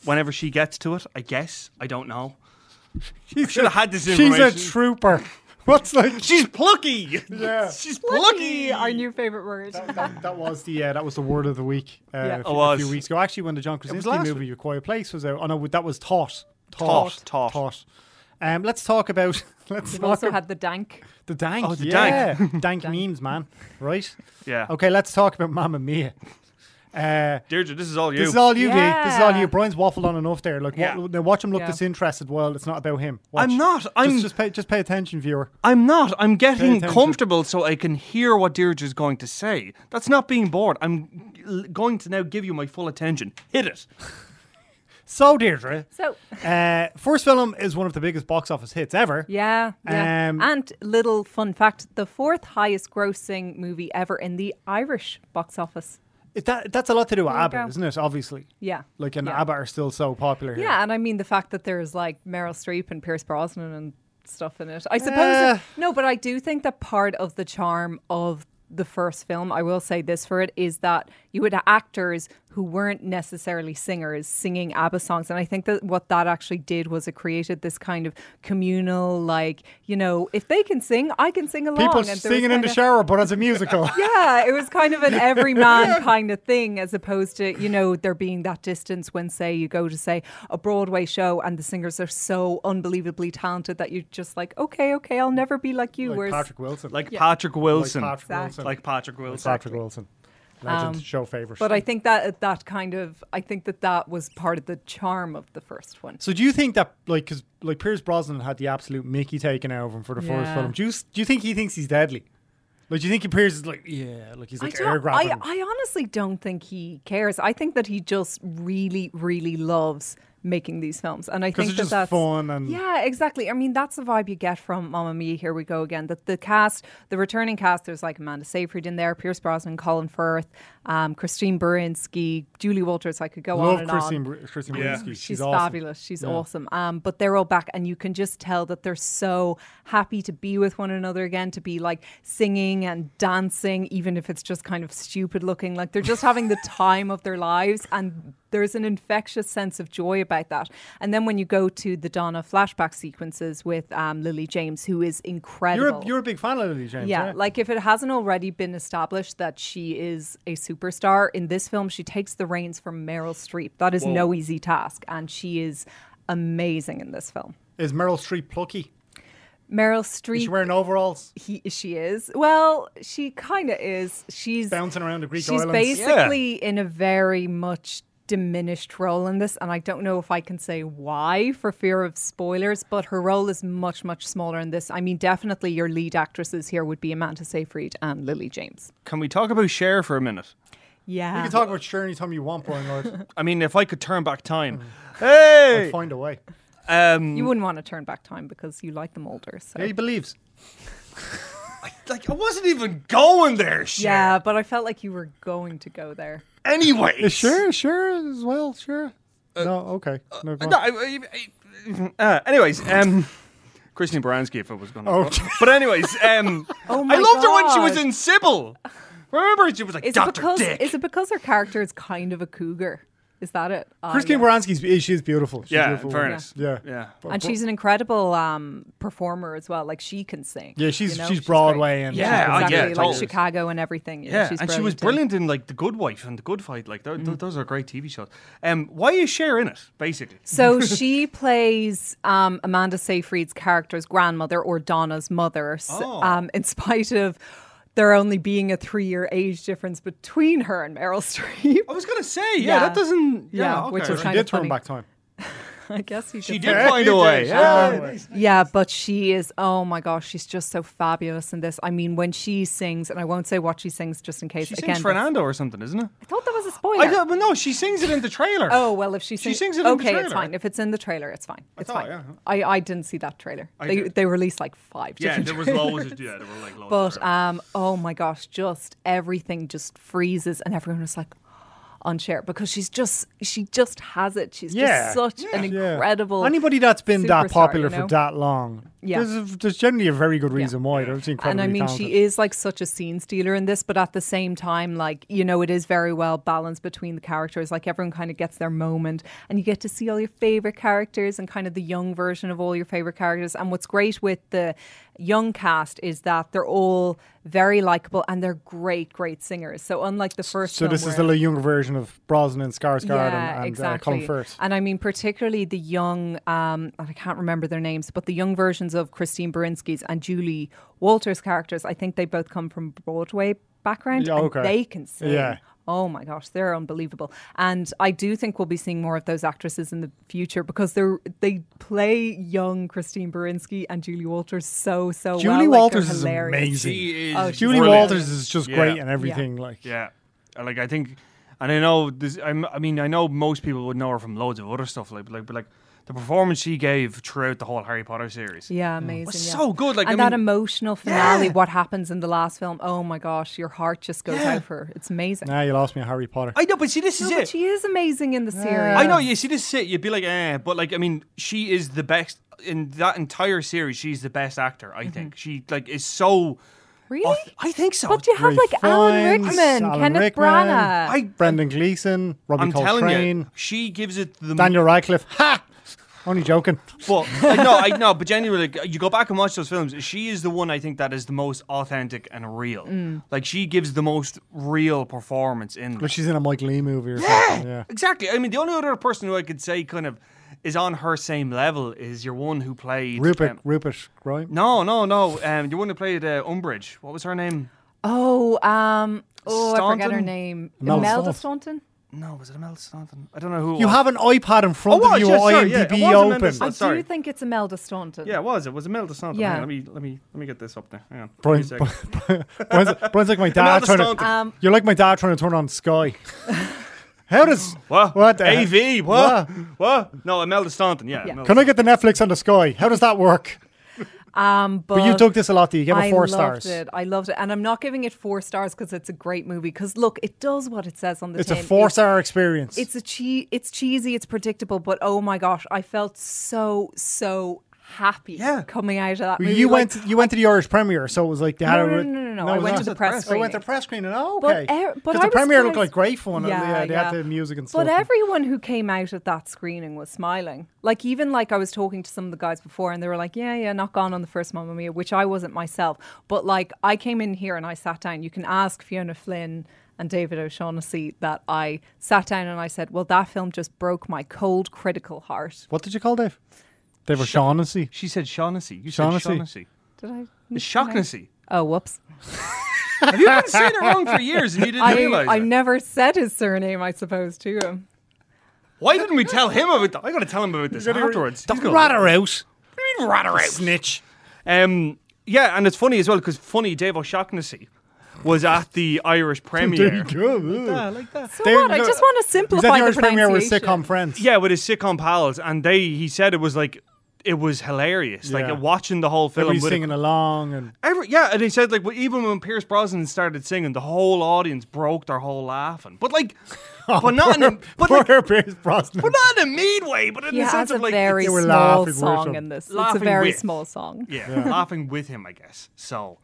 [SPEAKER 4] whenever she gets to it, I guess I don't know.
[SPEAKER 3] She
[SPEAKER 4] should have had this
[SPEAKER 3] She's a
[SPEAKER 4] information.
[SPEAKER 3] trooper. What's like?
[SPEAKER 4] She's plucky.
[SPEAKER 3] Yeah.
[SPEAKER 4] she's plucky.
[SPEAKER 5] our new favorite word.
[SPEAKER 3] that, that was the uh, that was the word of the week uh,
[SPEAKER 5] Yeah.
[SPEAKER 3] a,
[SPEAKER 5] It
[SPEAKER 3] few, a
[SPEAKER 4] was.
[SPEAKER 3] few weeks ago. Actually, when the John Krasinski
[SPEAKER 4] last
[SPEAKER 3] movie *A Quiet Place* was out, oh no, that was taught,
[SPEAKER 4] Taught, Taught.
[SPEAKER 3] taught. Um, let's talk about let's
[SPEAKER 5] You've
[SPEAKER 3] talk
[SPEAKER 5] also
[SPEAKER 3] ab-
[SPEAKER 5] had the dank.
[SPEAKER 3] the dank.
[SPEAKER 4] Oh, the
[SPEAKER 3] yeah.
[SPEAKER 4] dank.
[SPEAKER 3] dank, memes, man. Right?
[SPEAKER 4] Yeah.
[SPEAKER 3] Okay, let's talk about Mamma Mia. Uh,
[SPEAKER 4] Deirdre, this is all you.
[SPEAKER 3] this is all you, Dee. This is all
[SPEAKER 5] Yeah.
[SPEAKER 3] you. Brian's waffled on enough there. Like,
[SPEAKER 4] Yeah.
[SPEAKER 3] wa- now watch him look
[SPEAKER 5] Yeah.
[SPEAKER 3] disinterested. Well, it's not about him. Watch.
[SPEAKER 4] I'm not. I'm.
[SPEAKER 3] Just, just pay, just pay attention, viewer.
[SPEAKER 4] I'm not. I'm getting
[SPEAKER 3] attention.
[SPEAKER 4] comfortable so I can hear what Deirdre's going to say. That's not being bored. I'm l- going to now give you my full attention. Hit it.
[SPEAKER 3] So, Deirdre,
[SPEAKER 5] So
[SPEAKER 3] uh, first film is one of the biggest box office hits ever.
[SPEAKER 5] yeah, yeah.
[SPEAKER 3] Um,
[SPEAKER 5] and little fun fact: the fourth highest-grossing movie ever in the Irish box office.
[SPEAKER 3] It, that, that's a lot to do with
[SPEAKER 5] you
[SPEAKER 3] ABBA,
[SPEAKER 5] go.
[SPEAKER 3] isn't it? Obviously.
[SPEAKER 5] Yeah.
[SPEAKER 3] Like, and
[SPEAKER 5] yeah.
[SPEAKER 3] ABBA are still so popular here.
[SPEAKER 5] Yeah, and I mean the fact that there's like Meryl Streep and Pierce Brosnan and stuff in it. I suppose
[SPEAKER 3] Eh.
[SPEAKER 5] no, but I do think that part of the charm of the first film, I will say this for it, is that you had actors who weren't necessarily singers singing ABBA songs. And I think that what that actually did was it created this kind of communal, like, you know, if they can sing, I can sing along.
[SPEAKER 3] People
[SPEAKER 5] And there was
[SPEAKER 3] singing in the
[SPEAKER 5] kinda-
[SPEAKER 3] shower, but as a musical.
[SPEAKER 5] yeah, it was kind of an everyman kind of thing, as opposed to you know there being that distance when, say, you go to say a Broadway show and the singers are so unbelievably talented that you're just like, okay, okay, I'll never be like you.
[SPEAKER 3] Like
[SPEAKER 5] whereas-
[SPEAKER 3] Patrick Wilson.
[SPEAKER 4] Like Patrick Wilson.
[SPEAKER 3] Like Patrick Wilson.
[SPEAKER 5] Exactly.
[SPEAKER 4] Like Patrick Wilson.
[SPEAKER 3] Patrick Wilson. Legend,
[SPEAKER 5] Um,
[SPEAKER 3] show favorite.
[SPEAKER 5] but I think that that kind of I think that that was part of the charm of the first one.
[SPEAKER 3] so do you think that, like, because like Pierce Brosnan had the absolute Mickey taken out of him for the first
[SPEAKER 5] Yeah.
[SPEAKER 3] film? Do you s- do you think he thinks he's deadly? Like, do you think he Pierce is like, yeah, like he's
[SPEAKER 5] I,
[SPEAKER 3] like air
[SPEAKER 5] don't,
[SPEAKER 3] grabbing?
[SPEAKER 5] I, I honestly don't think he cares. I think that he just really, really loves making these films, and I
[SPEAKER 3] Because
[SPEAKER 5] think
[SPEAKER 3] it's
[SPEAKER 5] that
[SPEAKER 3] just
[SPEAKER 5] that's
[SPEAKER 3] fun and
[SPEAKER 5] Yeah, exactly. I mean, that's the vibe you get from Mamma Mia. Here we go again. That the cast, the returning cast, there's like Amanda Seyfried in there, Pierce Brosnan, Colin Firth, um, Christine Baranski, Julie Walters. I could go on
[SPEAKER 3] love
[SPEAKER 5] and
[SPEAKER 3] Christine
[SPEAKER 5] on.
[SPEAKER 3] Br- Christine
[SPEAKER 4] Yeah.
[SPEAKER 3] Baranski.
[SPEAKER 5] She's,
[SPEAKER 3] awesome.
[SPEAKER 5] fabulous. She's awesome. Um, but they're all back, and you can just tell that they're so happy to be with one another again, to be like singing and dancing, even if it's just kind of stupid looking. Like they're just having the time of their lives, and there's an infectious sense of joy about that. And then when you go to the Donna flashback sequences with um, Lily James, who is incredible.
[SPEAKER 3] You're a, you're a big fan of Lily James.
[SPEAKER 5] Yeah,
[SPEAKER 3] Yeah.
[SPEAKER 5] like if it hasn't already been established that she is a superstar in this film, she takes the reins from Meryl Streep. That is no easy task, and she is amazing in this film.
[SPEAKER 3] is Meryl Streep plucky?
[SPEAKER 5] Meryl Streep.
[SPEAKER 3] Is she wearing overalls,
[SPEAKER 5] he, she is. Well, she kind of is. She's
[SPEAKER 3] bouncing around the Greek
[SPEAKER 5] she's
[SPEAKER 3] islands?
[SPEAKER 5] basically in a very much diminished role in this, and I don't know if I can say why for fear of spoilers. But her role is much much smaller in this. I mean, definitely your lead actresses here would be Amanda Seyfried and Lily James.
[SPEAKER 4] Can we talk about Cher for a minute?
[SPEAKER 5] Yeah,
[SPEAKER 3] you can talk about Cher anytime you want, Brian. Lord.
[SPEAKER 4] I mean, if I could turn back time.
[SPEAKER 3] I'd
[SPEAKER 4] Hey!
[SPEAKER 3] find a way.
[SPEAKER 4] Um,
[SPEAKER 5] You wouldn't want to turn back time because you like them older. So.
[SPEAKER 3] Yeah, he believes.
[SPEAKER 4] like, I wasn't even going there, Cher.
[SPEAKER 5] Yeah, but I felt like you were going to go there.
[SPEAKER 4] Anyway.
[SPEAKER 3] Sure, sure, as well, sure. no, okay. No, go
[SPEAKER 4] Uh, No,
[SPEAKER 3] on.
[SPEAKER 4] I, I- I- uh, anyways, um, Christine Baranski, if I was going to.
[SPEAKER 3] Oh.
[SPEAKER 4] But, anyways, um,
[SPEAKER 5] Oh
[SPEAKER 4] I
[SPEAKER 5] my
[SPEAKER 4] loved her when she was
[SPEAKER 5] God.
[SPEAKER 4] in Sybil. Remember, she was like,
[SPEAKER 5] Is it
[SPEAKER 4] Dr.
[SPEAKER 5] because
[SPEAKER 4] Dick.
[SPEAKER 5] is it because her character is kind of a cougar? Is that it? Ah,
[SPEAKER 3] Christine
[SPEAKER 5] yeah.
[SPEAKER 3] Baranski's eh, she's beautiful. She's a
[SPEAKER 4] yeah,
[SPEAKER 3] beautiful
[SPEAKER 4] in
[SPEAKER 3] woman.
[SPEAKER 4] fairness.
[SPEAKER 3] Yeah.
[SPEAKER 4] Yeah.
[SPEAKER 5] and she's an incredible um, performer as well. Like she can sing.
[SPEAKER 3] Yeah, she's-
[SPEAKER 5] you know?
[SPEAKER 3] she's
[SPEAKER 5] great.
[SPEAKER 3] Broadway and
[SPEAKER 4] Yeah,
[SPEAKER 5] She's
[SPEAKER 4] oh, yeah,
[SPEAKER 5] exactly, like
[SPEAKER 4] totally.
[SPEAKER 5] Chicago and everything. you know,
[SPEAKER 4] Yeah,
[SPEAKER 5] she's Mm.
[SPEAKER 4] and she was brilliant in like The Good Wife and The Good Fight. Like th- th- those are great TV shows. Um, why is Cher in it? Basically,
[SPEAKER 5] So she plays um, Amanda Seyfried's character's grandmother or Donna's mother, s-
[SPEAKER 4] Oh.
[SPEAKER 5] um, in spite of there only being a three-year age difference between her and Meryl Streep.
[SPEAKER 4] I was gonna say, yeah,
[SPEAKER 5] Yeah.
[SPEAKER 4] that doesn't, yeah,
[SPEAKER 5] Yeah,
[SPEAKER 4] okay,
[SPEAKER 5] which is
[SPEAKER 4] right.
[SPEAKER 5] kind
[SPEAKER 3] Did
[SPEAKER 5] of
[SPEAKER 3] turn
[SPEAKER 5] funny.
[SPEAKER 3] back time.
[SPEAKER 5] I guess you
[SPEAKER 4] she
[SPEAKER 5] could
[SPEAKER 4] did
[SPEAKER 5] say.
[SPEAKER 4] find a way. Yeah.
[SPEAKER 5] Yeah, but she is, oh my gosh, she's just so fabulous in this. I mean, when she sings, and I won't say what she sings just in case.
[SPEAKER 4] She
[SPEAKER 5] Again,
[SPEAKER 4] sings Fernando or something, isn't it?
[SPEAKER 5] I thought that was a
[SPEAKER 4] I
[SPEAKER 5] spoiler.
[SPEAKER 4] don't, well, no, she sings it in the trailer.
[SPEAKER 5] Oh, well, if she
[SPEAKER 4] She
[SPEAKER 5] sings,
[SPEAKER 4] sings it in the
[SPEAKER 5] okay,
[SPEAKER 4] trailer.
[SPEAKER 5] it's fine. If it's in the trailer, it's fine. It's
[SPEAKER 4] thought,
[SPEAKER 5] fine.
[SPEAKER 4] yeah.
[SPEAKER 5] I, I didn't see that trailer. They,
[SPEAKER 4] did.
[SPEAKER 5] they released like five.
[SPEAKER 4] yeah,
[SPEAKER 5] different
[SPEAKER 4] there was
[SPEAKER 5] trailers.
[SPEAKER 4] always, yeah, there were like loads.
[SPEAKER 5] But um, oh my gosh, just everything just freezes, and everyone was like on share because she's just she just has it. She's
[SPEAKER 3] Yeah.
[SPEAKER 5] just such an
[SPEAKER 3] Yeah.
[SPEAKER 5] incredible.
[SPEAKER 3] Anybody that's been that
[SPEAKER 5] superstar,
[SPEAKER 3] popular
[SPEAKER 5] you know?
[SPEAKER 3] for that long,
[SPEAKER 5] Yeah.
[SPEAKER 3] there's, a, there's generally a very good reason why. They're just
[SPEAKER 5] and
[SPEAKER 3] incredibly
[SPEAKER 5] I mean,
[SPEAKER 3] talented.
[SPEAKER 5] she is like such a scene stealer in this, but at the same time, like, you know, it is very well balanced between the characters. Like, everyone kind of gets their moment, and you get to see all your favorite characters and kind of the young version of all your favorite characters. And what's great with the young cast is that they're all very likable and they're great, great singers. So, unlike the first
[SPEAKER 3] So
[SPEAKER 5] film
[SPEAKER 3] this is
[SPEAKER 5] where-
[SPEAKER 3] the younger version of Brosnan and Skarsgård and, and uh, Colin Firth.
[SPEAKER 5] and I mean, particularly the young, um, and I can't remember their names, but the young versions of Christine Baranski's and Julie Walters' characters, I think they both come from Broadway background.
[SPEAKER 3] Yeah,
[SPEAKER 5] and
[SPEAKER 3] okay.
[SPEAKER 5] they can sing.
[SPEAKER 3] Yeah.
[SPEAKER 5] Oh my gosh, they're unbelievable. And I do think we'll be seeing more of those actresses in the future because they're they play young Christine Baranski and Julie Walters so so well.
[SPEAKER 3] Julie
[SPEAKER 5] Like, they're
[SPEAKER 3] Walters is
[SPEAKER 5] hilarious.
[SPEAKER 3] amazing.
[SPEAKER 4] she is
[SPEAKER 5] Oh, she's
[SPEAKER 3] Julie
[SPEAKER 5] brilliant.
[SPEAKER 3] Walters is just
[SPEAKER 4] Yeah.
[SPEAKER 3] great and everything. Like,
[SPEAKER 4] Yeah, Uh, like I think, and I know this. I'm, I mean, I know most people would know her from loads of other stuff, like but like, but like the performance she gave throughout the whole Harry Potter series.
[SPEAKER 5] Yeah, amazing.
[SPEAKER 4] was
[SPEAKER 5] yeah.
[SPEAKER 4] so good, like,
[SPEAKER 5] and
[SPEAKER 4] I
[SPEAKER 5] that
[SPEAKER 4] mean-
[SPEAKER 5] emotional finale,
[SPEAKER 4] Yeah.
[SPEAKER 5] what happens in the last film? Oh my gosh, your heart just goes out for her. It's amazing.
[SPEAKER 3] nah, you lost me at Harry Potter.
[SPEAKER 5] Oh,
[SPEAKER 4] I know, but see, this
[SPEAKER 5] No,
[SPEAKER 4] is
[SPEAKER 5] but
[SPEAKER 4] it.
[SPEAKER 5] she is amazing in the series.
[SPEAKER 4] I know. You see, this is it. You'd be like, eh, but like, I mean, she is the best in that entire series. She's the best actor. I think she like is so.
[SPEAKER 5] Mm-hmm. Really?
[SPEAKER 4] auth- Oh, I think so.
[SPEAKER 5] But you have like Alan
[SPEAKER 3] Fiennes,
[SPEAKER 5] Rickman,
[SPEAKER 3] Alan
[SPEAKER 5] Kenneth
[SPEAKER 3] Rickman,
[SPEAKER 5] Branagh.
[SPEAKER 4] I-
[SPEAKER 3] Brendan Gleeson, Robbie
[SPEAKER 4] I'm
[SPEAKER 3] Coltrane,
[SPEAKER 4] telling you, she gives it the
[SPEAKER 3] Daniel Radcliffe. Ha! Only joking.
[SPEAKER 4] But I know, I know, but genuinely, like, you go back and watch those films. She is the one I think that is the most authentic and real.
[SPEAKER 5] Mm.
[SPEAKER 4] Like she gives the most real performance in.
[SPEAKER 3] But
[SPEAKER 4] That.
[SPEAKER 3] she's in a Mike Lee movie or something. Yeah.
[SPEAKER 4] Exactly. I mean, the only other person who I could say kind of is on her same level is your one who played
[SPEAKER 3] Rupert,
[SPEAKER 4] um,
[SPEAKER 3] Rupert, right?
[SPEAKER 4] no, no, no. Um, your one who played uh, Umbridge. What was her name?
[SPEAKER 5] oh, um, oh, I forget her
[SPEAKER 4] Staunton?
[SPEAKER 5] name.
[SPEAKER 3] Imelda
[SPEAKER 5] Imelda
[SPEAKER 3] Staunton.
[SPEAKER 5] Staunton.
[SPEAKER 4] No, was it Imelda Staunton? I don't know who. it
[SPEAKER 3] You
[SPEAKER 4] was.
[SPEAKER 3] have an iPad in front
[SPEAKER 4] Oh,
[SPEAKER 3] of
[SPEAKER 4] what?
[SPEAKER 3] you,
[SPEAKER 4] Yeah,
[SPEAKER 3] or
[SPEAKER 4] sorry, yeah,
[SPEAKER 3] IMDb
[SPEAKER 4] it was Amanda
[SPEAKER 3] open.
[SPEAKER 4] Seyfried.
[SPEAKER 5] I
[SPEAKER 4] sorry.
[SPEAKER 5] do think it's Imelda Staunton.
[SPEAKER 4] Yeah, it was. It was Imelda Staunton.
[SPEAKER 5] Yeah.
[SPEAKER 4] Hang on, let me let me let me get this up there. Hang on.
[SPEAKER 3] Brian,
[SPEAKER 4] Give me a second.
[SPEAKER 3] Brian's, Brian's like my dad
[SPEAKER 4] Imelda
[SPEAKER 3] trying to.
[SPEAKER 4] Staunton.
[SPEAKER 5] Um,
[SPEAKER 3] You're like my dad trying to turn on Sky. How does
[SPEAKER 4] What?
[SPEAKER 3] What uh, the heck?
[SPEAKER 4] AV? What? What? No, Imelda Staunton. Yeah.
[SPEAKER 5] Yeah.
[SPEAKER 4] Imelda
[SPEAKER 3] Can I get the Netflix on the Sky? How does that work?
[SPEAKER 5] um, but,
[SPEAKER 3] But you took this a lot, do you? Give
[SPEAKER 5] I
[SPEAKER 3] it four
[SPEAKER 5] loved
[SPEAKER 3] stars.
[SPEAKER 5] it. I loved it, and I'm not giving it four stars because it's a great movie. Because look, it does what it says on the
[SPEAKER 3] It's a
[SPEAKER 5] tin.
[SPEAKER 3] four star experience.
[SPEAKER 5] It's a che- it's cheesy, it's predictable, but oh my gosh, I felt so so happy
[SPEAKER 4] Yeah.
[SPEAKER 5] coming out of that movie.
[SPEAKER 3] you
[SPEAKER 5] Like,
[SPEAKER 3] went. you went to the Irish premiere, so it was like they had
[SPEAKER 5] no,
[SPEAKER 3] a.
[SPEAKER 5] no, no, no, no, I
[SPEAKER 3] it was
[SPEAKER 5] went
[SPEAKER 3] not.
[SPEAKER 5] to the press
[SPEAKER 3] I went to
[SPEAKER 5] screening.
[SPEAKER 3] press screening. Oh,
[SPEAKER 5] But
[SPEAKER 3] okay.
[SPEAKER 5] er- but
[SPEAKER 3] Because
[SPEAKER 5] I
[SPEAKER 3] the
[SPEAKER 5] was
[SPEAKER 3] premiere looked like
[SPEAKER 5] surprised-
[SPEAKER 3] great fun. and
[SPEAKER 5] Yeah,
[SPEAKER 3] they, they
[SPEAKER 5] yeah.
[SPEAKER 3] had the music and stuff.
[SPEAKER 5] But everyone who came out at that screening was smiling. Like even like I was talking to some of the guys before, and they were like, "Yeah, yeah, not gone on the first Mamma Mia," which I wasn't myself. But like I came in here and I sat down. You can ask Fiona Flynn and David O'Shaughnessy that I sat down and I said, "Well, that film just broke my cold critical heart."
[SPEAKER 3] what did you call Dave? They were Shaughnessy.
[SPEAKER 4] She said Shaughnessy. You
[SPEAKER 3] Shaughnessy.
[SPEAKER 4] said Shaughnessy.
[SPEAKER 5] Did I?
[SPEAKER 4] Shaughnessy.
[SPEAKER 5] Oh, whoops.
[SPEAKER 4] Have you been saying it wrong for years and you didn't
[SPEAKER 5] I,
[SPEAKER 4] realize
[SPEAKER 5] I
[SPEAKER 4] it?
[SPEAKER 5] never said his surname, I suppose, to him.
[SPEAKER 4] Why didn't we tell him about that? I gotta tell him about this afterwards. He's gonna-
[SPEAKER 3] Rat her out.
[SPEAKER 4] mean rather out? Snitch. Um, yeah, and it's funny as well because funny Dave O'Shaughnessy was at the Irish premiere.
[SPEAKER 5] So
[SPEAKER 3] There
[SPEAKER 5] what? I
[SPEAKER 3] you go.
[SPEAKER 5] just
[SPEAKER 3] Was that
[SPEAKER 5] want to simplify
[SPEAKER 3] the Irish
[SPEAKER 5] the
[SPEAKER 3] premiere with
[SPEAKER 5] pronunciation.
[SPEAKER 3] sitcom friends?
[SPEAKER 4] Yeah, with his sitcom pals, and they he said it was like it was hilarious.
[SPEAKER 3] Yeah.
[SPEAKER 4] Like watching the whole film.
[SPEAKER 3] Everybody's
[SPEAKER 4] with it-
[SPEAKER 3] singing along and
[SPEAKER 4] Every, yeah, and he said like even when Pierce Brosnan started singing, the whole audience broke their whole laughing. But like, but not in a, but like,
[SPEAKER 3] Oh, poor Pierce Brosnan.
[SPEAKER 4] but not in a mean way. But in
[SPEAKER 5] He
[SPEAKER 4] the sense
[SPEAKER 5] has a
[SPEAKER 4] of like,
[SPEAKER 5] very
[SPEAKER 3] They were
[SPEAKER 5] small
[SPEAKER 3] laughing with
[SPEAKER 5] song
[SPEAKER 3] him.
[SPEAKER 5] in this. It's a
[SPEAKER 4] Laughing
[SPEAKER 5] very
[SPEAKER 4] with.
[SPEAKER 5] small song.
[SPEAKER 4] yeah, laughing with him, I guess. So,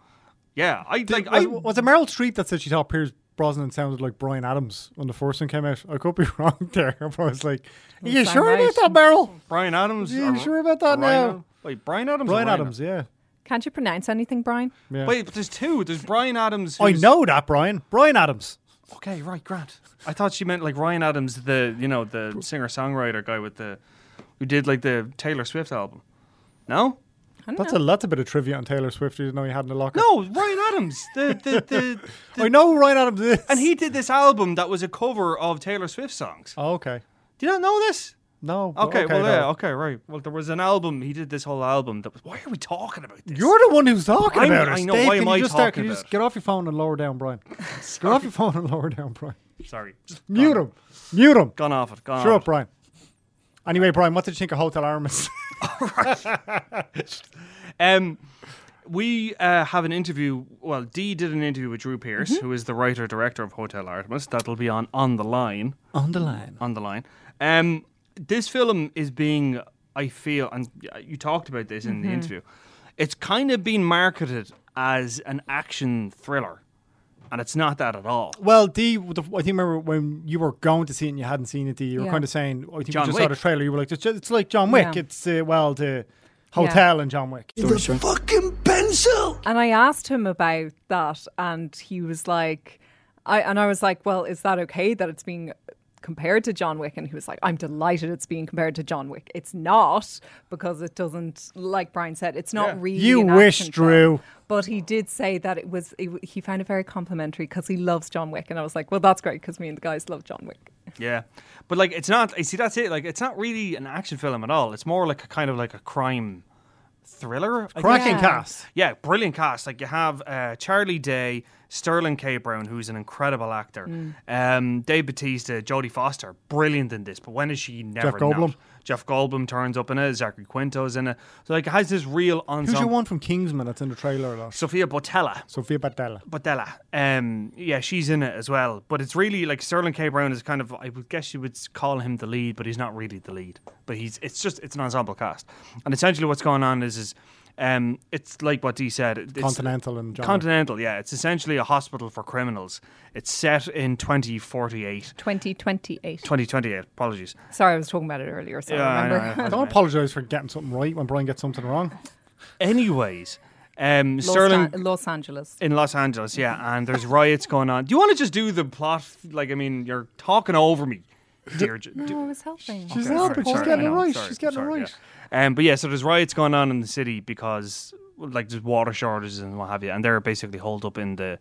[SPEAKER 4] yeah, I like I
[SPEAKER 3] was, was it Meryl Streep that said she thought Pierce Brosnan sounded like Brian Adams when the first one came out? I could be wrong there, but I was like, "Are you
[SPEAKER 5] sound
[SPEAKER 3] sure
[SPEAKER 5] right.
[SPEAKER 3] about that, Meryl?
[SPEAKER 4] Brian Adams.
[SPEAKER 3] Yeah,
[SPEAKER 4] or-
[SPEAKER 3] sure about that
[SPEAKER 4] or
[SPEAKER 3] now.
[SPEAKER 4] Rhino? Wait, Brian Adams. or
[SPEAKER 3] Brian
[SPEAKER 4] Rhino?
[SPEAKER 3] Adams, yeah.
[SPEAKER 5] Can't you pronounce anything, Brian?
[SPEAKER 3] yeah.
[SPEAKER 4] Wait, but there's two. There's Brian Adams.
[SPEAKER 3] I
[SPEAKER 4] who's-
[SPEAKER 3] know that Brian. Brian Adams.
[SPEAKER 4] Okay, right, Grant. I thought she meant like Ryan Adams, the you know the singer songwriter guy with the who did like the Taylor Swift album. No,
[SPEAKER 5] I don't
[SPEAKER 3] That's
[SPEAKER 5] know.
[SPEAKER 3] a that's a bit of trivia on Taylor Swift. You didn't know he had in the locker.
[SPEAKER 4] no, Ryan Adams. The the the. the
[SPEAKER 3] I know who Brian Adams is.
[SPEAKER 4] and he did this album that was a cover of Taylor Swift songs.
[SPEAKER 3] Oh, okay.
[SPEAKER 4] Do you not know this?
[SPEAKER 3] No. but
[SPEAKER 4] Okay, well,
[SPEAKER 3] Oh, no.
[SPEAKER 4] yeah, okay, right. Well, there was an album. He did this whole album. That was. Why are we talking about this?
[SPEAKER 3] You're the one who's talking
[SPEAKER 4] I'm-
[SPEAKER 3] about it.
[SPEAKER 4] I know,
[SPEAKER 3] Dave,
[SPEAKER 4] why
[SPEAKER 3] can
[SPEAKER 4] am
[SPEAKER 3] you
[SPEAKER 4] I
[SPEAKER 3] just start-
[SPEAKER 4] talking
[SPEAKER 3] can you
[SPEAKER 4] about
[SPEAKER 3] just
[SPEAKER 4] it?
[SPEAKER 3] get off your phone and lower down, Brian. get off your phone and lower down, Brian.
[SPEAKER 4] sorry. Just
[SPEAKER 3] Mute him. Mute him.
[SPEAKER 4] gone off it. Gone
[SPEAKER 3] Sure
[SPEAKER 4] off
[SPEAKER 3] up, Brian. Anyway, Brian, what did you think of Hotel Aramis?
[SPEAKER 4] Um, we uh, have an interview. Well, Dee did an interview with Drew Pierce, who is the writer director of Hotel Artemis. That'll be on on the line.
[SPEAKER 3] On the line.
[SPEAKER 4] On the line. Um, this film is being, I feel, and uh, you talked about this in the interview. It's kind of being marketed as an action thriller, and it's not that at all.
[SPEAKER 3] Well, D, the- I think remember when you were going to see it and you hadn't seen it, D, you were
[SPEAKER 5] Yeah.
[SPEAKER 3] kind of saying, I think
[SPEAKER 4] John
[SPEAKER 3] you just saw
[SPEAKER 4] Wick.
[SPEAKER 3] the trailer, you were like, it's, just, it's like John Wick.
[SPEAKER 5] Yeah.
[SPEAKER 3] It's, uh, well, the hotel and John Wick.
[SPEAKER 5] And I asked him about that, and he was like, I and I was like, well, is that okay that it's being compared to John Wick? And he was like, I'm delighted it's being compared to John Wick. It's not because it doesn't, like Brian said, it's not really.
[SPEAKER 3] You
[SPEAKER 5] an
[SPEAKER 3] wish,
[SPEAKER 5] action film.
[SPEAKER 3] Drew.
[SPEAKER 5] But he did say that it was. It, he found it very complimentary because he loves John Wick, and I was like, well, that's great because me and the guys love John Wick.
[SPEAKER 4] Yeah, but like it's not. I see that's it. Like it's not really an action film at all. It's more like a kind of like a crime thriller. I
[SPEAKER 3] Cracking
[SPEAKER 5] Yeah.
[SPEAKER 3] cast.
[SPEAKER 4] Yeah, brilliant cast. Like you have uh, Charlie Day, Sterling K. Brown, who's an incredible actor. Um, Dave Batista, Jodie Foster, brilliant in this. But when is she never?
[SPEAKER 3] Jeff Goldblum.
[SPEAKER 4] not? Jeff Goldblum turns up in it. Zachary Quinto's in it. So like it has this real
[SPEAKER 3] Who's
[SPEAKER 4] ensemble.
[SPEAKER 3] your one from Kingsman that's in the trailer a lot?
[SPEAKER 4] Sophia Botella.
[SPEAKER 3] Sophia Battella.
[SPEAKER 4] Botella. Um, yeah, she's in it as well. But it's really like Sterling K. Brown is kind of I would guess you would call him the lead, but he's not really the lead. But he's it's just it's an ensemble cast. And essentially what's going on is is um, it's like what Dee said. it- It's,
[SPEAKER 3] Continental and John Wick.
[SPEAKER 4] Continental, yeah. It's essentially a hospital for criminals. It's set in 2048.
[SPEAKER 5] 2028.
[SPEAKER 4] 2028, apologies.
[SPEAKER 5] Sorry, I was talking about it earlier. So
[SPEAKER 4] Yeah,
[SPEAKER 5] I
[SPEAKER 4] I
[SPEAKER 5] remember.
[SPEAKER 4] know, I know.
[SPEAKER 3] Don't apologise for getting something right when Brian gets something wrong.
[SPEAKER 4] Anyways, um,
[SPEAKER 5] Los,
[SPEAKER 4] Sterling
[SPEAKER 5] An- Los Angeles.
[SPEAKER 4] in Los Angeles, yeah, and there's riots going on. Do you want to just do the plot? Like, I mean, you're talking over me, dear. Ju-
[SPEAKER 5] No, Oh, I was helping.
[SPEAKER 3] She's
[SPEAKER 4] Okay,
[SPEAKER 3] helping.
[SPEAKER 4] sorry,
[SPEAKER 3] She's
[SPEAKER 4] sorry,
[SPEAKER 3] getting
[SPEAKER 4] I
[SPEAKER 3] it
[SPEAKER 4] know,
[SPEAKER 3] right.
[SPEAKER 4] sorry,
[SPEAKER 3] She's getting it
[SPEAKER 4] sorry,
[SPEAKER 3] right.
[SPEAKER 4] yeah. Um, but yeah, so there's riots going on in the city because like there's water shortages and what have you, and they're basically holed up in the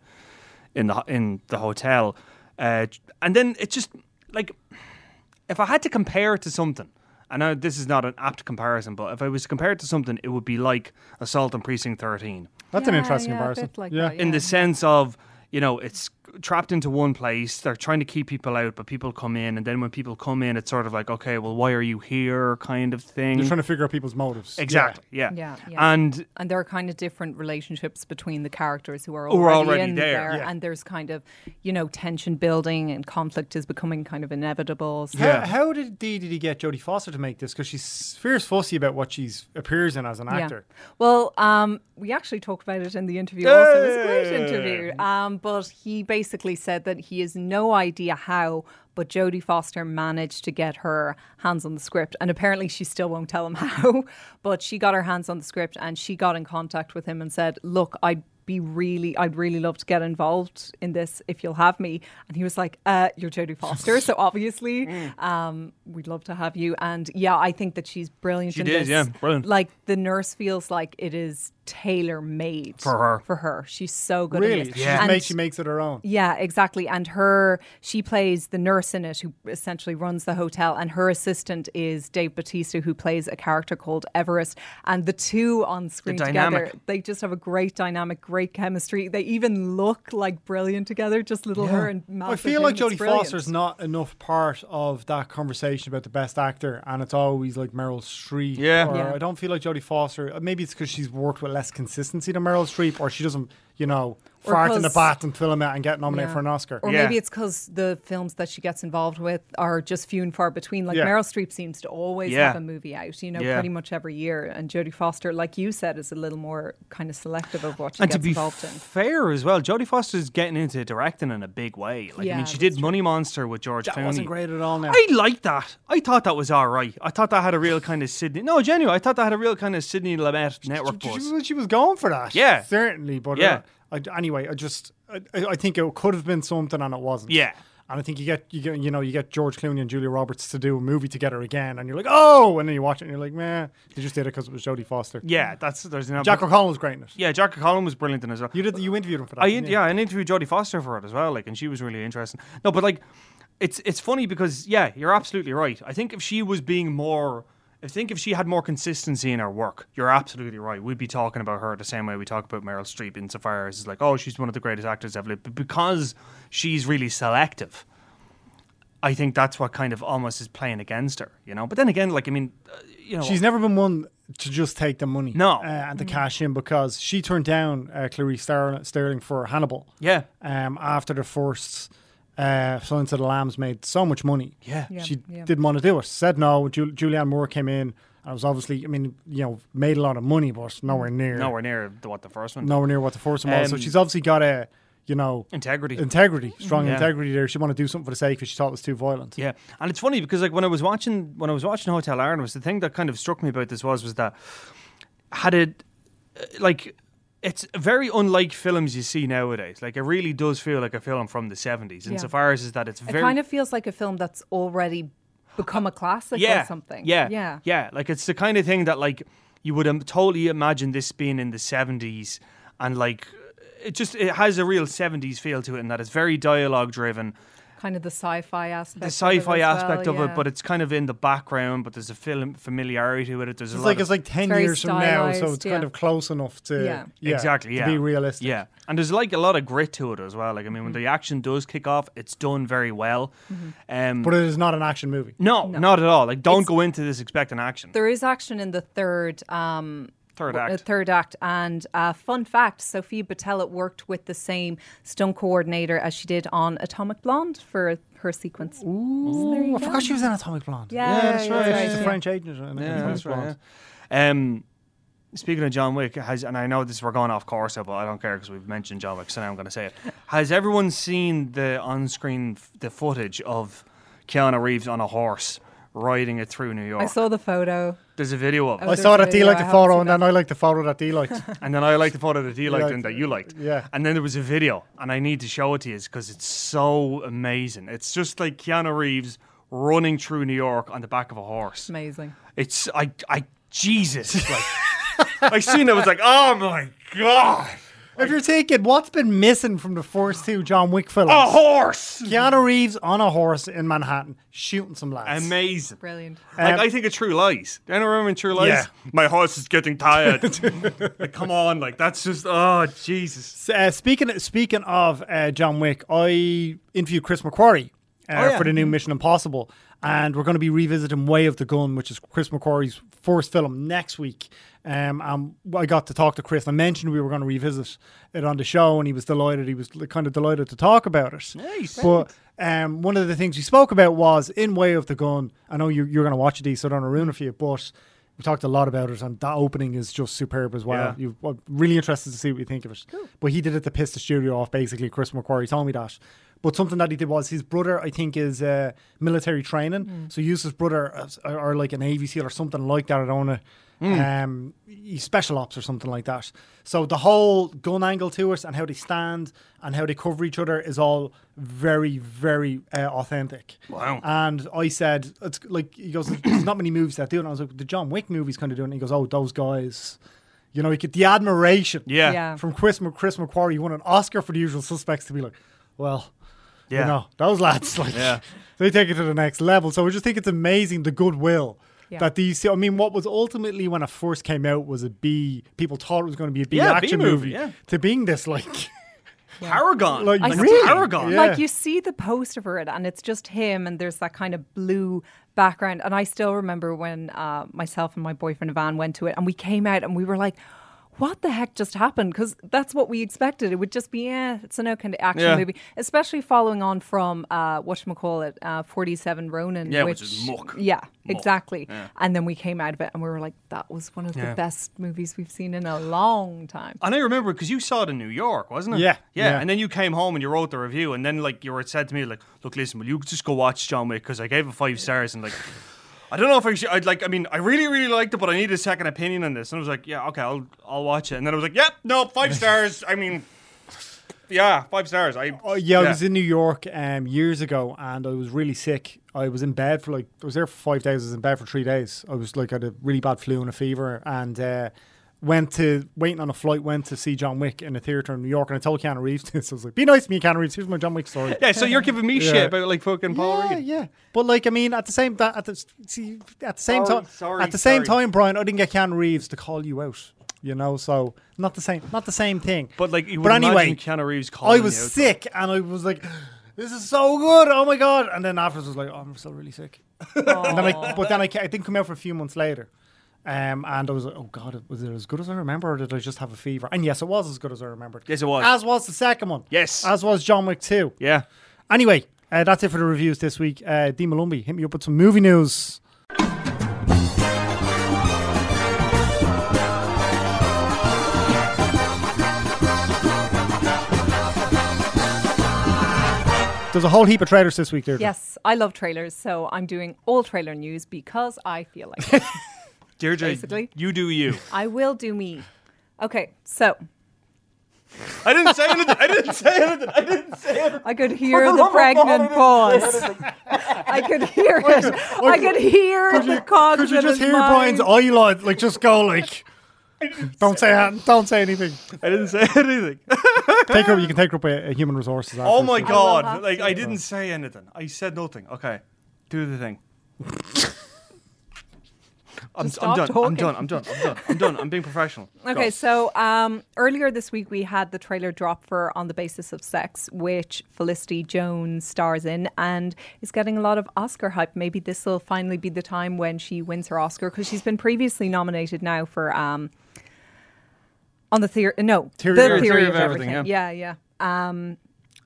[SPEAKER 4] in the in the hotel, uh, and then it's just like if I had to compare it to something. I know this is not an apt comparison, but if I was compared to something, it would be like Assault on Precinct 13
[SPEAKER 3] That's an interesting comparison. yeah.
[SPEAKER 4] in the sense of you know it's trapped into one place they're trying to keep people out but people come in and then when people come in it's sort of like okay well why are you here kind of thing
[SPEAKER 3] You're trying to figure out people's motives.
[SPEAKER 4] exactly yeah.
[SPEAKER 5] Yeah, yeah.
[SPEAKER 4] and
[SPEAKER 5] and there are kind of different relationships between the characters who are
[SPEAKER 4] Who
[SPEAKER 5] already,
[SPEAKER 4] are already
[SPEAKER 5] in
[SPEAKER 4] there,
[SPEAKER 5] there,
[SPEAKER 4] yeah.
[SPEAKER 5] and there's kind of you know tension building and conflict is becoming kind of inevitable. So
[SPEAKER 3] How, how did he, did he get Jodie Foster to make this? Because she's fierce fussy about what she's appears in as an actor.
[SPEAKER 5] Well, um, we actually talked about it in the interview. Also, it was a great interview. Um, but he basically said that he has no idea how, but Jodie Foster managed to get her hands on the script, and apparently she still won't tell him how. But she got her hands on the script, and she got in contact with him and said, "Look, I." be really, I'd really love to get involved in this if you'll have me. And he was like, uh, You're Jodie Foster. so obviously,
[SPEAKER 4] Mm.
[SPEAKER 5] um, we'd love to have you. And yeah, I think that she's brilliant
[SPEAKER 4] She
[SPEAKER 5] in
[SPEAKER 4] did,
[SPEAKER 5] this.
[SPEAKER 4] yeah, brilliant.
[SPEAKER 5] Like the nurse feels like it is tailor made
[SPEAKER 4] For her.
[SPEAKER 5] For her. She's so good
[SPEAKER 3] Really?
[SPEAKER 5] at this.
[SPEAKER 3] She,
[SPEAKER 4] Yeah.
[SPEAKER 3] just
[SPEAKER 5] And-
[SPEAKER 3] makes, she makes it her own.
[SPEAKER 5] yeah, exactly. And her, she plays the nurse in it who essentially runs the hotel, and her assistant is Dave Batista, who plays a character called Everest. And the two on screen together,
[SPEAKER 4] dynamic.
[SPEAKER 5] they just have a great dynamic, great chemistry. They even look like brilliant together, just little her and Matt.
[SPEAKER 3] I feel like Jodie Foster's not enough part of that conversation about the best actor, and it's always like Meryl Streep.
[SPEAKER 4] Yeah.
[SPEAKER 3] or
[SPEAKER 5] Yeah.
[SPEAKER 3] I don't feel like Jodie Foster. uh, Maybe it's because she's worked with less consistency than Meryl Streep, or she doesn't, you know,
[SPEAKER 5] Or
[SPEAKER 3] fart in the
[SPEAKER 5] 'cause-
[SPEAKER 3] bat and film it and get nominated
[SPEAKER 5] Yeah.
[SPEAKER 3] for an Oscar.
[SPEAKER 5] Or
[SPEAKER 4] Yeah.
[SPEAKER 5] maybe it's because the films that she gets involved with are just few and far between. Like
[SPEAKER 3] Yeah.
[SPEAKER 5] Meryl Streep seems to always
[SPEAKER 4] Yeah.
[SPEAKER 5] have a movie out, you know,
[SPEAKER 4] Yeah.
[SPEAKER 5] pretty much every year. And Jodie Foster, like you said, is a little more kind of selective of what she
[SPEAKER 4] and
[SPEAKER 5] gets
[SPEAKER 4] to be
[SPEAKER 5] involved in.
[SPEAKER 4] fair as well, Jodie Foster's getting into directing in a big way. Like I
[SPEAKER 5] Yeah,
[SPEAKER 4] mean, she did
[SPEAKER 5] that's
[SPEAKER 4] Money Monster with George
[SPEAKER 3] That
[SPEAKER 4] Clooney.
[SPEAKER 3] wasn't great at all. Now
[SPEAKER 4] I liked that. I thought that was all right. I thought that had a real kind of Sydney. No, genuinely, I thought that had a real kind of Sydney Lumet network
[SPEAKER 3] she,
[SPEAKER 4] buzz.
[SPEAKER 3] she, she was going for that.
[SPEAKER 4] Yeah.
[SPEAKER 3] certainly. But
[SPEAKER 4] Yeah.
[SPEAKER 3] uh, I, anyway, I just I, I I think it could have been something, and it wasn't.
[SPEAKER 4] Yeah.
[SPEAKER 3] And I think you get you get you know you get George Clooney and Julia Roberts to do a movie together again, and you're like, oh, and then you watch it and you're like, man, they just did it because it was Jodie Foster.
[SPEAKER 4] Yeah, that's there's an
[SPEAKER 3] Jack O'Connell was great in it.
[SPEAKER 4] Yeah, Jack O'Connell was brilliant in it as well.
[SPEAKER 3] You did you interviewed him for that.
[SPEAKER 4] I
[SPEAKER 3] didn't you?
[SPEAKER 4] yeah, and interviewed Jodie Foster for it as well. Like, and she was really interesting. No, but like, it's it's funny because yeah, you're absolutely right. I think if she was being more, I think if she had more consistency in her work, you're absolutely right. We'd be talking about her the same way we talk about Meryl Streep insofar as it's like, oh, she's one of the greatest actors ever lived, but because she's really selective. I think that's what kind of almost is playing against her, you know. But then again, like I mean, uh, you know,
[SPEAKER 3] She's never been one to just take the money.
[SPEAKER 4] No.
[SPEAKER 3] uh, and to cash in because she turned down uh, Clarice Star- Sterling for Hannibal.
[SPEAKER 4] yeah,
[SPEAKER 3] Um, after the first uh, Silence of the Lambs made so much money.
[SPEAKER 4] Yeah.
[SPEAKER 5] Yeah,
[SPEAKER 3] she
[SPEAKER 5] yeah.
[SPEAKER 3] didn't want to do it. Said no. Jul- Julianne Moore came in, and it was obviously, I mean, you know, made a lot of money, but nowhere near,
[SPEAKER 4] nowhere near the, what the first one.
[SPEAKER 3] nowhere near what the first one was. So
[SPEAKER 4] Um,
[SPEAKER 3] she's obviously got a, you know,
[SPEAKER 4] Integrity.
[SPEAKER 3] integrity, strong
[SPEAKER 4] Yeah.
[SPEAKER 3] integrity there. She wanted to do something for the sake because she thought it was too violent.
[SPEAKER 4] Yeah, and it's funny because like when I was watching when I was watching Hotel Ireland, was the thing that kind of struck me about this was was that had it uh, like it's very unlike films you see nowadays. Like it really does feel like a film from the seventies,
[SPEAKER 5] Yeah.
[SPEAKER 4] insofar as is that it's
[SPEAKER 5] It
[SPEAKER 4] very
[SPEAKER 5] kind of feels like a film that's already become a classic
[SPEAKER 4] yeah
[SPEAKER 5] or something.
[SPEAKER 4] Yeah,
[SPEAKER 5] Yeah.
[SPEAKER 4] yeah. Like it's the kind of thing that like you would um, totally imagine this being in the seventies, and like it just it has a real seventies feel to it, and that it's very dialogue driven.
[SPEAKER 5] Kind of the sci-fi aspect.
[SPEAKER 4] the sci-fi aspect of it, but
[SPEAKER 5] it's
[SPEAKER 4] it's kind of in the background. But there's a film familiarity with it. There's
[SPEAKER 3] It's
[SPEAKER 4] a
[SPEAKER 3] like
[SPEAKER 4] lot
[SPEAKER 3] it's
[SPEAKER 4] of
[SPEAKER 3] like ten
[SPEAKER 5] very
[SPEAKER 3] years from now, so
[SPEAKER 5] stylized,
[SPEAKER 3] it's kind
[SPEAKER 5] yeah.
[SPEAKER 3] of close enough to
[SPEAKER 5] Yeah.
[SPEAKER 4] exactly yeah
[SPEAKER 3] to be realistic. Mm-hmm.
[SPEAKER 4] Yeah, and there's like a lot of grit to it as well. Like I mean, when the action does kick off, it's done very well. Um,
[SPEAKER 3] but it is not an action movie.
[SPEAKER 4] no, not at all. Like don't go into this expecting action.
[SPEAKER 5] there is action in the third um,
[SPEAKER 4] Third
[SPEAKER 5] w-
[SPEAKER 4] act.
[SPEAKER 5] third act. And uh, fun fact: Sophia Batella worked with the same stunt coordinator as she did on Atomic Blonde for her sequence. Ooh,
[SPEAKER 3] I forgot she was in Atomic Blonde.
[SPEAKER 5] Yeah, Yeah, that's yeah, right. yeah,
[SPEAKER 3] She's a
[SPEAKER 5] yeah.
[SPEAKER 3] French agent. in
[SPEAKER 4] Yeah,
[SPEAKER 3] Atomic
[SPEAKER 4] that's right,
[SPEAKER 3] Blonde.
[SPEAKER 4] yeah. Um, speaking of John Wick, has and I know this we're going off course, here, but I don't care because we've mentioned John Wick, so now I'm going to say it. Has everyone seen the on-screen f- the footage of Keanu Reeves on a horse riding it through New York?
[SPEAKER 5] I saw the photo.
[SPEAKER 4] There's a video of it,
[SPEAKER 5] Oh.
[SPEAKER 3] I
[SPEAKER 5] There's
[SPEAKER 3] saw
[SPEAKER 5] a
[SPEAKER 3] that D
[SPEAKER 5] video,
[SPEAKER 3] liked
[SPEAKER 5] I
[SPEAKER 3] the
[SPEAKER 5] haven't
[SPEAKER 3] photo,
[SPEAKER 5] seen
[SPEAKER 3] and then
[SPEAKER 5] that.
[SPEAKER 3] I liked the photo that D liked.
[SPEAKER 4] and then I liked the photo that he liked
[SPEAKER 3] liked
[SPEAKER 4] and
[SPEAKER 3] it.
[SPEAKER 4] that you liked.
[SPEAKER 3] Yeah.
[SPEAKER 4] And then there was a video, and I need to show it to you because it's so amazing. It's just like Keanu Reeves running through New York on the back of a horse.
[SPEAKER 5] Amazing.
[SPEAKER 4] It's I I Jesus like I seen it I was like oh my god
[SPEAKER 3] If you're thinking what's been missing from the first two John Wick films,
[SPEAKER 4] a horse
[SPEAKER 3] Keanu Reeves on a horse in Manhattan shooting some lads.
[SPEAKER 4] amazing
[SPEAKER 5] Brilliant.
[SPEAKER 4] like
[SPEAKER 3] Um,
[SPEAKER 4] I think of True Lies do you know remember in True Lies
[SPEAKER 3] Yeah.
[SPEAKER 4] my horse is getting tired like come on like that's just oh Jesus
[SPEAKER 3] S- uh, speaking speaking of uh, John Wick, I interviewed Chris McQuarrie
[SPEAKER 5] Oh,
[SPEAKER 3] uh,
[SPEAKER 4] yeah.
[SPEAKER 3] for the
[SPEAKER 5] Mm-hmm.
[SPEAKER 3] new Mission Impossible, and we're going to be revisiting Way of the Gun, which is Chris McQuarrie's first film next week. Um, um, I got to talk to Chris. I mentioned we were going to revisit it on the show, and he was delighted. He was kind of delighted to talk about it.
[SPEAKER 4] Nice.
[SPEAKER 3] But um, one of the things we spoke about was in Way of the Gun. I know you're, you're going to watch it, Dee, so I don't want to ruin it for you, but. We talked a lot about it, and that opening is just superb as well.
[SPEAKER 4] Yeah.
[SPEAKER 3] You well, really interested to see what you think of it. But he did it to piss the studio off, basically. Chris McQuarrie told me that. But something that he did was his brother, I think, is uh, military training. So he used his brother as, or, or like a Navy SEAL or something like that. I don't know.
[SPEAKER 4] Hmm.
[SPEAKER 3] Um, he's special ops or something like that. So the whole gun angle to us and how they stand and how they cover each other is all very, very uh, authentic.
[SPEAKER 4] Wow.
[SPEAKER 3] And I said, it's like, he goes, there's not many movies that do it. And I was like, the John Wick movies kind of doing it. And he goes, oh, those guys. You know, you get the admiration
[SPEAKER 4] Yeah.
[SPEAKER 5] Yeah.
[SPEAKER 3] from Chris, Mc- Chris McQuarrie. You won an Oscar for The Usual Suspects to be like, well,
[SPEAKER 4] Yeah.
[SPEAKER 3] you know, those lads, like,
[SPEAKER 4] Yeah.
[SPEAKER 3] they take it to the next level. So I just think it's amazing the goodwill
[SPEAKER 5] Yeah.
[SPEAKER 3] that these, I mean, what was ultimately when it first came out was a B, people thought it was going to be a B
[SPEAKER 4] Yeah,
[SPEAKER 3] action
[SPEAKER 4] B movie,
[SPEAKER 3] movie,
[SPEAKER 4] yeah.
[SPEAKER 3] to being this, like,
[SPEAKER 4] Paragon.
[SPEAKER 3] Like,
[SPEAKER 4] Like,
[SPEAKER 5] I
[SPEAKER 4] it's
[SPEAKER 5] really?
[SPEAKER 4] Paragon.
[SPEAKER 3] Yeah.
[SPEAKER 5] Like you see the poster for it, and it's just him, and there's that kind of blue background. And I still remember when uh, myself and my boyfriend Ivan went to it, and we came out, and we were like. What the heck just happened? Because that's what we expected. It would just be, yeah, it's an kind of action
[SPEAKER 4] Yeah.
[SPEAKER 5] movie, especially following on from uh, whatchamacallit, uh, 47 Ronin.
[SPEAKER 4] Yeah, which is muck.
[SPEAKER 5] Yeah,
[SPEAKER 4] Muck.
[SPEAKER 5] exactly. And then we came out of it and we were like, that was one of
[SPEAKER 4] Yeah.
[SPEAKER 5] the best movies we've seen in a long time.
[SPEAKER 4] And I remember because you saw it in New York, wasn't it?
[SPEAKER 3] Yeah,
[SPEAKER 4] yeah.
[SPEAKER 3] yeah.
[SPEAKER 4] And then you came home and you wrote the review, and then like you were said to me like, "Look, listen, will you just go watch John Wick?" Because I gave it five stars, and like, I don't know if I should. I'd like. I mean, I really, really liked it, but I need a second opinion on this. And I was like, "Yeah, okay, I'll, I'll watch it." And then I was like, "Yep, no, five stars." I mean, yeah, five stars. I
[SPEAKER 3] Oh, yeah, I was in New York um, years ago, and I was really sick. I was in bed for like I was there for five days. I was in bed for three days. I was like had a really bad flu and a fever, and uh, went to waiting on a flight. Went to see John Wick in a theater in New York, and I told Keanu Reeves this. I was like, "Be nice to me, Keanu Reeves. Here's my John Wick story."
[SPEAKER 4] Yeah, so you're giving me
[SPEAKER 3] Yeah.
[SPEAKER 4] shit about like fucking Paul
[SPEAKER 3] yeah,
[SPEAKER 4] Regan.
[SPEAKER 3] yeah. But like, I mean, at the same time, at the see, at the same
[SPEAKER 4] Sorry,
[SPEAKER 3] time,
[SPEAKER 4] sorry,
[SPEAKER 3] at the same
[SPEAKER 4] sorry.
[SPEAKER 3] time, Brian, I didn't get Keanu Reeves to call you out. You know, so not the same, not the same thing.
[SPEAKER 4] But like, you
[SPEAKER 3] But
[SPEAKER 4] would
[SPEAKER 3] anyway,
[SPEAKER 4] imagine Keanu Reeves calling
[SPEAKER 3] I was
[SPEAKER 4] you out, though.
[SPEAKER 3] sick and I was like, this is so good. Oh my God. And then afterwards I was like, oh, I'm still really sick. and then I, but then I, ca- I didn't come out for a few months later. Um, and I was like, oh God, was it as good as I remember or did I just have a fever? And yes, it was as good as I remembered.
[SPEAKER 4] Yes, it was.
[SPEAKER 3] As was the second one.
[SPEAKER 4] Yes.
[SPEAKER 3] As was John Wick 2.
[SPEAKER 4] Yeah.
[SPEAKER 3] Anyway, uh, that's it for the reviews this week. Uh, Dean Malumbi, hit me up with some movie news. There's a whole heap of trailers this week, there.
[SPEAKER 5] Yes, I love trailers, so I'm doing all trailer news because I feel like it.
[SPEAKER 4] Deirdre,
[SPEAKER 5] Basically.
[SPEAKER 4] you do you.
[SPEAKER 5] I will do me. Okay, so
[SPEAKER 4] I didn't say anything. I didn't say anything. I didn't say anything.
[SPEAKER 5] I could hear the pregnant pause. I could hear it. I could hear the cons.
[SPEAKER 3] Could you
[SPEAKER 5] in
[SPEAKER 3] just
[SPEAKER 5] his
[SPEAKER 3] hear
[SPEAKER 5] mind.
[SPEAKER 3] Brian's eye light, Oh, like just go like, don't say that, don't say anything.
[SPEAKER 4] I didn't say anything.
[SPEAKER 3] Take her, you can take her up a, human resources.
[SPEAKER 4] Oh
[SPEAKER 3] afterwards.
[SPEAKER 4] my
[SPEAKER 5] have
[SPEAKER 4] god!
[SPEAKER 5] to.
[SPEAKER 4] Like I didn't say anything. I said nothing. Okay, do the thing. I'm,
[SPEAKER 5] Just
[SPEAKER 4] I'm
[SPEAKER 5] stop
[SPEAKER 4] done. I'm
[SPEAKER 5] talking.
[SPEAKER 4] done. I'm done. I'm done. I'm done. I'm being professional.
[SPEAKER 5] Okay,
[SPEAKER 4] Go.
[SPEAKER 5] so um, earlier this week we had the trailer drop for On the Basis of Sex, which Felicity Jones stars in and is getting a lot of Oscar hype. Maybe this will finally be the time when she wins her Oscar because she's been previously nominated now for um, On the Theory, no,
[SPEAKER 3] Theory-
[SPEAKER 5] The
[SPEAKER 3] Theory
[SPEAKER 5] Theory,
[SPEAKER 4] of
[SPEAKER 5] of,
[SPEAKER 4] Everything,
[SPEAKER 5] Everything. Yeah, yeah. Um,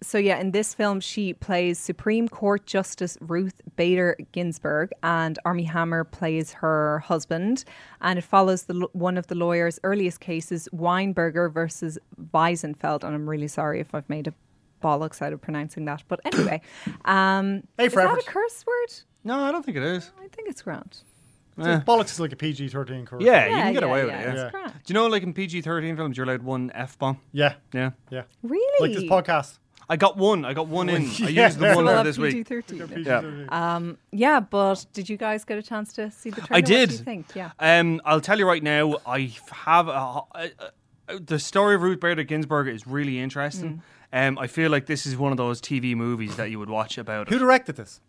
[SPEAKER 5] so yeah, in this film, she plays Supreme Court Justice Ruth Bader Ginsburg, and Army Hammer plays her husband, and it follows the l- one of the lawyer's earliest cases, Weinberger versus Weisenfeld. And I'm really sorry if I've made a bollocks out of pronouncing that, but anyway, um,
[SPEAKER 3] Hey,
[SPEAKER 5] is that
[SPEAKER 3] Fravers.
[SPEAKER 5] a curse word?
[SPEAKER 4] No, I don't think it is.
[SPEAKER 5] I think it's grand.
[SPEAKER 3] bollocks is like a PG-13 curse.
[SPEAKER 4] Yeah, you can get away with it.
[SPEAKER 5] It's
[SPEAKER 4] Yeah.
[SPEAKER 3] Yeah.
[SPEAKER 5] grand.
[SPEAKER 4] Do you know, like in PG-13 films, you're allowed one f-bomb.
[SPEAKER 3] yeah,
[SPEAKER 4] Yeah.
[SPEAKER 3] yeah.
[SPEAKER 5] Really?
[SPEAKER 3] Like this podcast.
[SPEAKER 4] I got one. I got one in. I
[SPEAKER 3] Yeah.
[SPEAKER 4] used the one
[SPEAKER 5] Well,
[SPEAKER 4] for
[SPEAKER 5] uh,
[SPEAKER 4] this week.
[SPEAKER 5] PG-13.
[SPEAKER 4] Yeah.
[SPEAKER 5] Um, Yeah, but did you guys get a chance to see the trailer?
[SPEAKER 4] I
[SPEAKER 5] What
[SPEAKER 4] did.
[SPEAKER 5] do you think? Yeah.
[SPEAKER 4] Um, I'll tell you right now. I f- have a, a, a- the story of Ruth Bader Ginsburg is really interesting. Um, I feel like this is one of those TV movies that you would watch about.
[SPEAKER 3] Who
[SPEAKER 4] It.
[SPEAKER 3] directed this?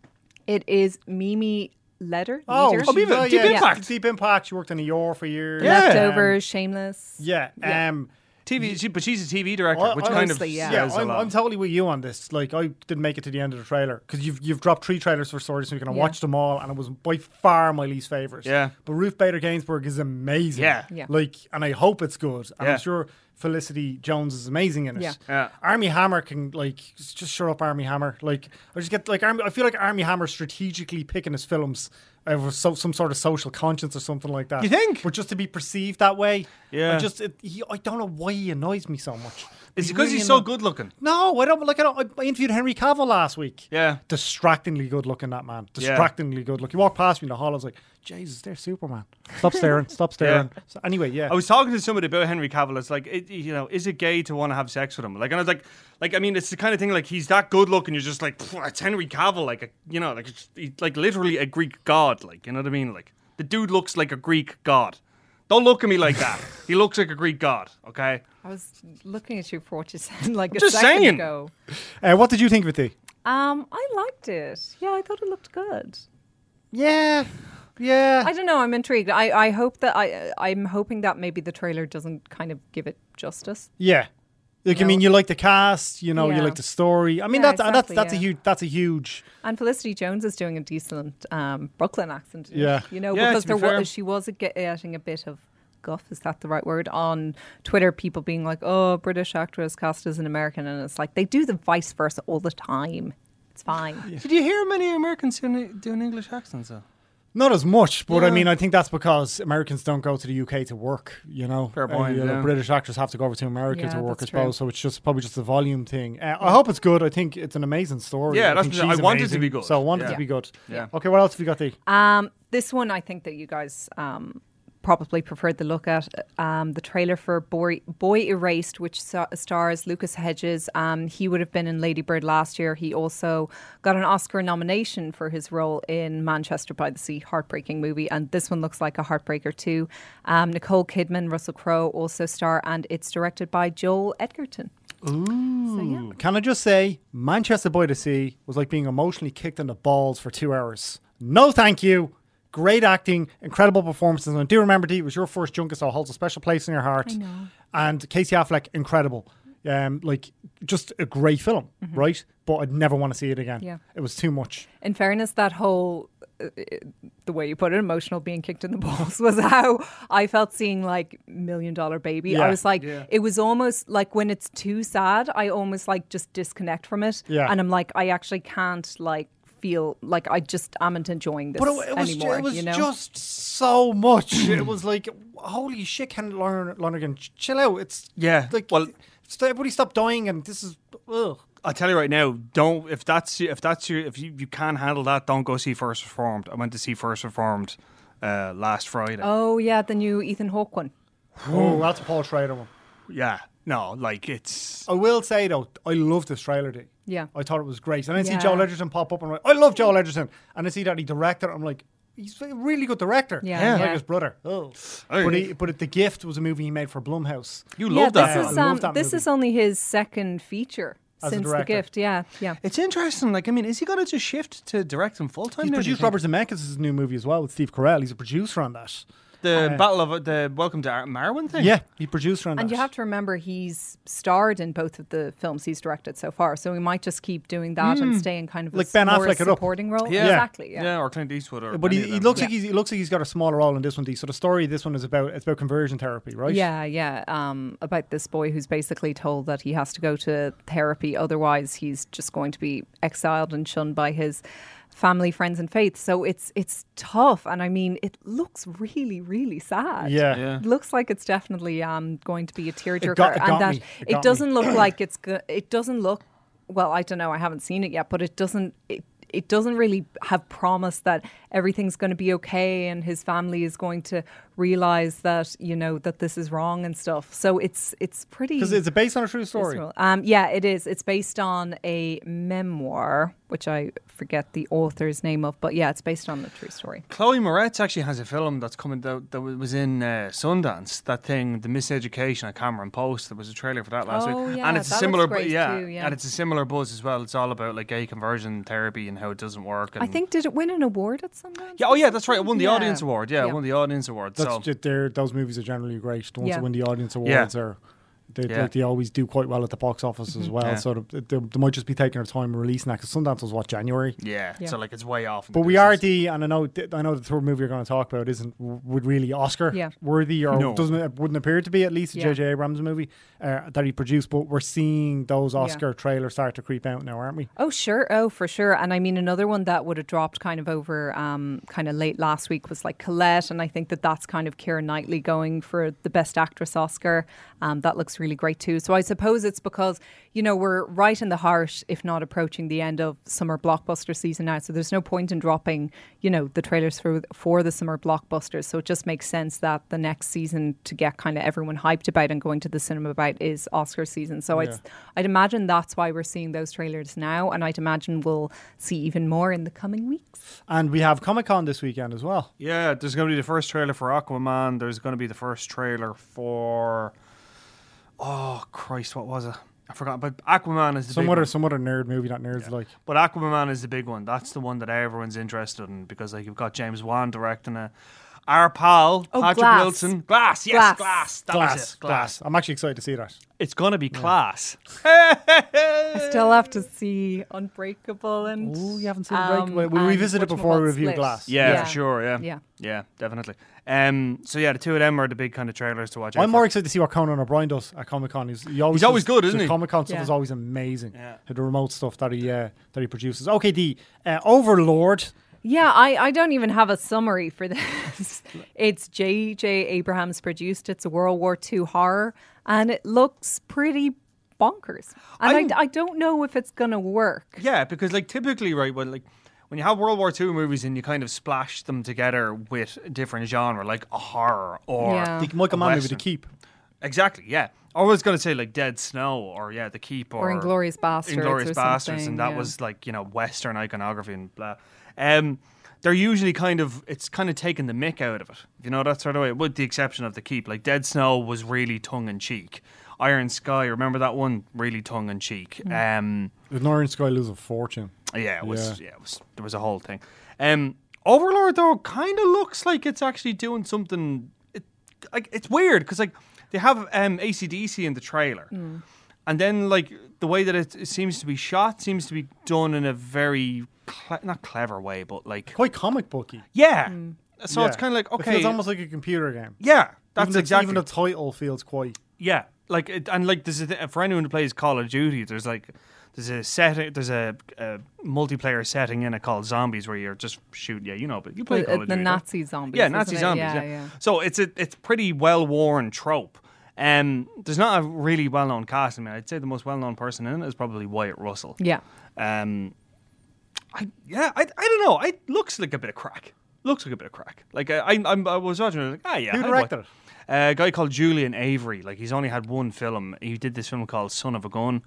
[SPEAKER 5] It is Mimi Letter.
[SPEAKER 3] Oh,
[SPEAKER 5] Leader?
[SPEAKER 3] she-
[SPEAKER 4] Beaver,
[SPEAKER 3] oh,
[SPEAKER 4] Deep
[SPEAKER 3] yeah,
[SPEAKER 4] Impact.
[SPEAKER 3] Deep Impact. She worked in a ER for years.
[SPEAKER 4] Yeah.
[SPEAKER 5] Leftovers, Shameless.
[SPEAKER 3] Yeah.
[SPEAKER 5] Yeah.
[SPEAKER 3] Um,
[SPEAKER 4] TV, she, but she's a TV director,
[SPEAKER 3] I-
[SPEAKER 4] which
[SPEAKER 3] I-
[SPEAKER 4] kind
[SPEAKER 5] Mostly,
[SPEAKER 4] of
[SPEAKER 5] yeah.
[SPEAKER 3] yeah,
[SPEAKER 4] says a
[SPEAKER 3] I'm,
[SPEAKER 4] lot.
[SPEAKER 3] I'm totally with you on this. Like, I didn't make it to the end of the trailer because you've you've dropped three trailers for stories so we can
[SPEAKER 5] Yeah.
[SPEAKER 3] watch them all, and it was by far my least favorite.
[SPEAKER 4] Yeah.
[SPEAKER 3] But Ruth Bader Ginsburg is amazing.
[SPEAKER 4] Yeah.
[SPEAKER 5] Yeah.
[SPEAKER 3] Like, and I hope it's good. And
[SPEAKER 4] Yeah.
[SPEAKER 3] I'm sure Felicity Jones is amazing in it.
[SPEAKER 5] Yeah.
[SPEAKER 4] Yeah.
[SPEAKER 3] Army Hammer can like just shut up Army Hammer. Like I just get like Army, I feel like Army Hammer strategically picking his films uh, with so, some sort of social conscience or something like that.
[SPEAKER 4] You think?
[SPEAKER 3] But just to be perceived that way,
[SPEAKER 4] Yeah.
[SPEAKER 3] I just it, he, I don't know why he annoys me so much.
[SPEAKER 4] Is it
[SPEAKER 3] He
[SPEAKER 4] because
[SPEAKER 3] really
[SPEAKER 4] he's so
[SPEAKER 3] anno-
[SPEAKER 4] good looking?
[SPEAKER 3] No, I don't like. I, don't, I interviewed Henry Cavill last week.
[SPEAKER 4] Yeah.
[SPEAKER 3] distractingly good looking. That man,
[SPEAKER 4] Yeah.
[SPEAKER 3] distractingly good looking. He walked past me in the hall. I was like, Jesus, there's Superman. Stop staring. stop staring. So anyway, yeah.
[SPEAKER 4] I was talking to somebody about Henry Cavill. It's like, it, you know, is it gay to want to have sex with him? Like, and I was like, like, I mean, it's the kind of thing like he's that good looking. You're just like, "Pff, it's Henry Cavill, like, a, you know, like, it's- he's like literally a Greek god. Like, you know what I mean? Like, the dude looks like a Greek god. Don't look at me like that. he looks like a Greek god. Okay.
[SPEAKER 5] I was looking at you for what you said like a
[SPEAKER 4] Just
[SPEAKER 5] second
[SPEAKER 4] saying.
[SPEAKER 5] ago.
[SPEAKER 3] Uh, what did you think of it? Dee?
[SPEAKER 5] Um, I liked it. Yeah, I thought it looked good.
[SPEAKER 3] Yeah, yeah.
[SPEAKER 5] I don't know. I'm intrigued. I, I hope that I I'm hoping that maybe the trailer doesn't kind of give it justice.
[SPEAKER 3] Yeah. Like, I
[SPEAKER 5] No.
[SPEAKER 3] mean, you like the cast, you know, you
[SPEAKER 5] Yeah.
[SPEAKER 3] like the story. I mean,
[SPEAKER 5] Yeah,
[SPEAKER 3] that's
[SPEAKER 5] exactly,
[SPEAKER 3] that's that's a
[SPEAKER 5] yeah.
[SPEAKER 3] huge that's a huge.
[SPEAKER 5] And Felicity Jones is doing a decent um, Brooklyn accent. in it,
[SPEAKER 3] Yeah.
[SPEAKER 5] you know
[SPEAKER 4] Yeah,
[SPEAKER 5] because
[SPEAKER 4] to be
[SPEAKER 5] there
[SPEAKER 4] fair.
[SPEAKER 5] was she was a- getting a bit of guff. Is that the right word on Twitter? People being like, "Oh, British actress cast as an American," and it's like they do the vice versa all the time. It's fine.
[SPEAKER 4] Did you hear many Americans doing, doing English accents though?
[SPEAKER 3] Not as much, but I mean, I think that's because Americans don't go to the UK to work. You know,
[SPEAKER 4] Fair
[SPEAKER 3] Uh,
[SPEAKER 4] point,
[SPEAKER 3] you know,
[SPEAKER 4] yeah.
[SPEAKER 3] British actors have to go over to America
[SPEAKER 5] Yeah,
[SPEAKER 3] to work, I
[SPEAKER 5] that's
[SPEAKER 3] suppose. So it's just probably just the volume thing. Uh, I hope it's good. I think it's an amazing story.
[SPEAKER 4] Yeah, that's
[SPEAKER 3] think
[SPEAKER 4] what I-
[SPEAKER 3] she's
[SPEAKER 4] I want it to
[SPEAKER 3] amazing.
[SPEAKER 4] be good.
[SPEAKER 3] So I want it
[SPEAKER 4] Yeah.
[SPEAKER 3] to be good.
[SPEAKER 4] Yeah.
[SPEAKER 3] Okay, what else have we got? The
[SPEAKER 5] Um, this one, I think that you guys um, probably preferred the look at um, the trailer for Boy, Boy Erased, which sa- stars Lucas Hedges. Um, he would have been in Lady Bird last year. He also got an Oscar nomination for his role in Manchester by the Sea, heartbreaking movie. And this one looks like a heartbreaker too. Um, Nicole Kidman, Russell Crowe also star, and it's directed by Joel Edgerton.
[SPEAKER 3] can I just say, Manchester by the Sea was like being emotionally kicked in the balls for two hours. No, thank you. Great acting, incredible performances. And I do remember, Dee, it was your first Junker, so it holds a special place in your heart. I know. And Casey Affleck, incredible. Um, like, just a great film, right? But I'd never want to see it again.
[SPEAKER 5] Mm-hmm. Yeah.
[SPEAKER 3] It was too much.
[SPEAKER 5] In fairness, that whole uh, uh, the way you put it, emotional being kicked in the balls was how I felt seeing like Million Dollar Baby.
[SPEAKER 3] Yeah.
[SPEAKER 5] I was like, it was almost like when it's too sad, I almost like just disconnect from it,
[SPEAKER 3] Yeah.
[SPEAKER 5] and I'm like, I actually can't like feel like I just amn't enjoying this
[SPEAKER 3] But it, it was, ju-
[SPEAKER 5] anymore.
[SPEAKER 3] it was
[SPEAKER 5] you know,
[SPEAKER 3] just so much. it was like, holy shit, Ken Lon- Lonergan, ch- chill out. It's
[SPEAKER 4] Yeah,
[SPEAKER 3] Like,
[SPEAKER 4] well-
[SPEAKER 3] st- everybody stop dying, and this is ugh.
[SPEAKER 4] I tell you right now, don't if that's if that's your if you, you can't handle that, don't go see First Reformed. I went to see First Reformed uh, last Friday.
[SPEAKER 5] oh yeah, the new Ethan Hawke one.
[SPEAKER 3] Oh,
[SPEAKER 5] Mm.
[SPEAKER 3] that's a Paul Schrader one.
[SPEAKER 4] Yeah, no, like it's
[SPEAKER 3] I will say though, I love this trailer. Day.
[SPEAKER 5] Yeah.
[SPEAKER 3] I thought it was great. And I
[SPEAKER 5] Yeah.
[SPEAKER 3] see Joel Edgerton pop up and I'm like, I love Joel Edgerton. And I see that he directed. it, I'm like, he's a really good director.
[SPEAKER 5] Yeah,
[SPEAKER 3] He's
[SPEAKER 5] Yeah.
[SPEAKER 3] like his brother. Oh,
[SPEAKER 4] Hey.
[SPEAKER 3] but he, but the gift was a movie he made for Blumhouse.
[SPEAKER 4] you
[SPEAKER 5] yeah,
[SPEAKER 4] love that.
[SPEAKER 5] this
[SPEAKER 4] film.
[SPEAKER 5] is
[SPEAKER 3] I love
[SPEAKER 5] um,
[SPEAKER 3] that
[SPEAKER 5] this
[SPEAKER 3] movie.
[SPEAKER 5] is only his second feature
[SPEAKER 3] As a
[SPEAKER 5] since The
[SPEAKER 3] director.
[SPEAKER 5] Gift. Yeah, yeah.
[SPEAKER 4] it's interesting. Like, I mean, is he going to just shift to directing full time?
[SPEAKER 3] He's produced Robert Zemeckis' new movie as well with Steve Carell. He's a producer on that.
[SPEAKER 4] the Battle of uh, the Welcome to Marwin thing.
[SPEAKER 3] Yeah, he produced on that.
[SPEAKER 5] And you have to remember he's starred in both of the films he's directed so far, so we might just keep doing that and stay in kind of
[SPEAKER 3] Hmm. Like
[SPEAKER 5] a,
[SPEAKER 3] Ben
[SPEAKER 5] more
[SPEAKER 3] Affleck it up.
[SPEAKER 5] supporting role.
[SPEAKER 4] Yeah.
[SPEAKER 5] exactly.
[SPEAKER 4] yeah,
[SPEAKER 5] Yeah.
[SPEAKER 4] or Clint Eastwood, or
[SPEAKER 3] but
[SPEAKER 4] any
[SPEAKER 3] he,
[SPEAKER 4] of
[SPEAKER 3] he
[SPEAKER 4] them.
[SPEAKER 3] looks like he's, he looks like he's got a smaller role in this one. D. So the story of this one is about it's about conversion therapy, right?
[SPEAKER 5] Yeah, yeah. Um, about this boy who's basically told that he has to go to therapy, otherwise he's just going to be exiled and shunned by his family, friends, and faith. So it's it's tough, and I mean, it looks really, really sad.
[SPEAKER 3] Yeah.
[SPEAKER 4] Yeah.
[SPEAKER 5] It looks like it's definitely um, going to be a tearjerker,
[SPEAKER 3] got- it got
[SPEAKER 5] and that
[SPEAKER 3] me. It
[SPEAKER 5] it,
[SPEAKER 3] got me.
[SPEAKER 5] doesn't look like it's. Go- it doesn't look. Well, I don't know. I haven't seen it yet, but it doesn't. It, it doesn't really have promise that everything's going to be okay and his family is going to realize that you know that this is wrong and stuff. So it's it's pretty.
[SPEAKER 3] Because it's based on a true story.
[SPEAKER 5] visceral. Um, yeah, it is. It's based on a memoir, which I forget the author's name of, but yeah, it's based on the true story.
[SPEAKER 4] Chloe Moretz actually has a film that's coming that, that was in uh, Sundance. That thing, the Miseducation of Cameron Post. There was a trailer for that last
[SPEAKER 5] Oh,
[SPEAKER 4] week,
[SPEAKER 5] yeah,
[SPEAKER 4] and it's a
[SPEAKER 5] that
[SPEAKER 4] similar,
[SPEAKER 5] looks
[SPEAKER 4] bu-
[SPEAKER 5] great
[SPEAKER 4] yeah,
[SPEAKER 5] too, yeah.
[SPEAKER 4] and it's a similar buzz as well. It's all about like gay conversion therapy and how it doesn't work. And
[SPEAKER 5] I think did it win an award at Sundance?
[SPEAKER 4] Yeah, oh yeah, that's right. It won the
[SPEAKER 5] Yeah.
[SPEAKER 4] audience award. Yeah, it
[SPEAKER 5] Yeah.
[SPEAKER 4] won the audience award.
[SPEAKER 3] That's
[SPEAKER 4] so
[SPEAKER 3] ju- they're- those movies are generally great. The ones
[SPEAKER 5] Yeah.
[SPEAKER 3] that win the audience
[SPEAKER 4] Yeah.
[SPEAKER 3] awards are They,
[SPEAKER 4] Yeah. Mm-hmm.
[SPEAKER 3] like, they always do quite well at the box office as well.
[SPEAKER 4] Yeah.
[SPEAKER 3] So they, they, they might just be taking their time releasing that because Sundance was what January.
[SPEAKER 4] Yeah,
[SPEAKER 5] Yeah.
[SPEAKER 4] so like it's way off. in
[SPEAKER 3] But
[SPEAKER 4] the
[SPEAKER 3] we are
[SPEAKER 4] business.
[SPEAKER 3] the, and I know, th- I know the third movie you're going to talk about isn't w- would really Oscar
[SPEAKER 5] Yeah.
[SPEAKER 3] worthy or
[SPEAKER 4] No.
[SPEAKER 3] doesn't it wouldn't appear to be at least a
[SPEAKER 5] Yeah.
[SPEAKER 3] J.J. Abrams movie uh, that he produced. But we're seeing those
[SPEAKER 5] Yeah.
[SPEAKER 3] Oscar trailers start to creep out now, aren't we?
[SPEAKER 5] Oh sure, oh for sure, and I mean another one that would have dropped kind of over, um, kind of late last week was like Colette, and I think that that's kind of Keira Knightley going for the Best Actress Oscar. Um, that looks really great too. So I suppose it's because you know we're right in the heart, if not approaching the end of summer blockbuster season now. So there's no point in dropping, you know, the trailers for for the summer blockbusters. So it just makes sense that the next season to get kind of everyone hyped about and going to the cinema about is Oscar season. So I'd I'd imagine that's why we're seeing those trailers now, and I'd imagine we'll see even more in the coming weeks.
[SPEAKER 3] And we have Comic Con this weekend as well.
[SPEAKER 4] Yeah, there's going to be the first trailer for Aquaman. There's going to be the first trailer for. Oh Christ, what was it? I forgot. But Aquaman is the
[SPEAKER 3] Some
[SPEAKER 4] big
[SPEAKER 3] other,
[SPEAKER 4] one.
[SPEAKER 3] some other nerd movie that nerds like.
[SPEAKER 4] But Aquaman is the big one. That's the one that everyone's interested in because like you've got James Wan directing a. Our pal
[SPEAKER 5] Oh,
[SPEAKER 4] Patrick
[SPEAKER 5] Glass.
[SPEAKER 4] Wilson, Glass, yes, Glass,
[SPEAKER 5] Glass.
[SPEAKER 4] That was
[SPEAKER 3] Glass,
[SPEAKER 4] it.
[SPEAKER 3] glass. I'm actually excited to see that.
[SPEAKER 4] It's gonna be class.
[SPEAKER 5] I still have to see Unbreakable and
[SPEAKER 3] Ooh, you haven't seen Unbreakable. We- we
[SPEAKER 5] Um, and
[SPEAKER 3] revisit it before we review
[SPEAKER 5] whatchamacallit.
[SPEAKER 3] Glass.
[SPEAKER 4] Yeah, for sure. Yeah.
[SPEAKER 5] Yeah.
[SPEAKER 4] Yeah, definitely. Um, so yeah, the two of them are the big kind of trailers to watch. out
[SPEAKER 3] I'm more
[SPEAKER 4] for.
[SPEAKER 3] excited to see what Conan O'Brien does at Comic Con. He's, he always
[SPEAKER 4] He's always
[SPEAKER 3] does-
[SPEAKER 4] good, isn't
[SPEAKER 3] the
[SPEAKER 4] he?
[SPEAKER 3] Comic Con stuff
[SPEAKER 5] Yeah.
[SPEAKER 3] is always amazing.
[SPEAKER 4] Yeah.
[SPEAKER 3] The remote stuff that he uh, that he produces. Okay, the uh, Overlord.
[SPEAKER 5] Yeah, I, I don't even have a summary for this. it's J.J. Abrams produced. It's a World War II horror, and it looks pretty bonkers. And I, I don't know if it's going to work.
[SPEAKER 4] Yeah, because like typically, right, well, like when you have World War II movies and you kind of splash them together with a different genre, like a horror or
[SPEAKER 5] Yeah.
[SPEAKER 3] The Michael
[SPEAKER 4] a
[SPEAKER 3] Mann movie, The
[SPEAKER 4] Western.
[SPEAKER 3] Keep.
[SPEAKER 4] Exactly. Yeah, I was going to say like Dead Snow or yeah, The Keep or,
[SPEAKER 5] Inglourious Basterds
[SPEAKER 4] Inglorious
[SPEAKER 5] or
[SPEAKER 4] Bastards,
[SPEAKER 5] something,
[SPEAKER 4] and that
[SPEAKER 5] yeah.
[SPEAKER 4] was like you know Western iconography and blah. Um, they're usually kind of it's kind of taking the mick out of it, you know that sort of way. With the exception of The Keep, like Dead Snow was really tongue in cheek. Iron Sky, remember that one? Really tongue in cheek.
[SPEAKER 5] Mm.
[SPEAKER 4] Um.
[SPEAKER 3] With Northern Sky losing fortune.
[SPEAKER 4] Yeah, it was. Yeah, it was. There was a whole thing. Um, Overlord though kind of looks like it's actually doing something. It, like it's weird because like they have um ACDC in the trailer, and then like the way that it, it seems to be shot seems to be done in a very cle- not clever way, but like
[SPEAKER 3] Quite comic booky.
[SPEAKER 4] yeah. So
[SPEAKER 3] Yeah.
[SPEAKER 4] it's kind of like
[SPEAKER 3] It
[SPEAKER 4] okay,
[SPEAKER 3] feels almost like a computer game.
[SPEAKER 4] yeah. That's
[SPEAKER 3] even the,
[SPEAKER 4] exactly
[SPEAKER 3] Even the title feels quite.
[SPEAKER 4] yeah, like it, and like there's a th- for anyone who plays Call of Duty, there's like there's a setting, there's a, a multiplayer setting in it called Zombies where you're just shooting. Yeah, you know, but you play
[SPEAKER 5] The-
[SPEAKER 4] Call of
[SPEAKER 5] Uh, the
[SPEAKER 4] Duty. don't you?
[SPEAKER 5] Nazi zombies.
[SPEAKER 4] Yeah,
[SPEAKER 5] isn't
[SPEAKER 4] Nazi
[SPEAKER 5] it?
[SPEAKER 4] zombies. Yeah,
[SPEAKER 5] Yeah, yeah.
[SPEAKER 4] So it's a it's pretty well worn trope. Um, there's not a really well known cast. I mean, I'd say the most well known person in it is probably Wyatt Russell.
[SPEAKER 5] Yeah.
[SPEAKER 4] Um, I yeah, I, I don't know. It looks like a bit of crack. Looks like a bit of crack. Like I I, I'm, I was watching it like ah yeah.
[SPEAKER 3] Who
[SPEAKER 4] I'd
[SPEAKER 3] directed
[SPEAKER 4] watch- A guy called Julian Avery. Like he's only had one film. He did this film called Son of a Gun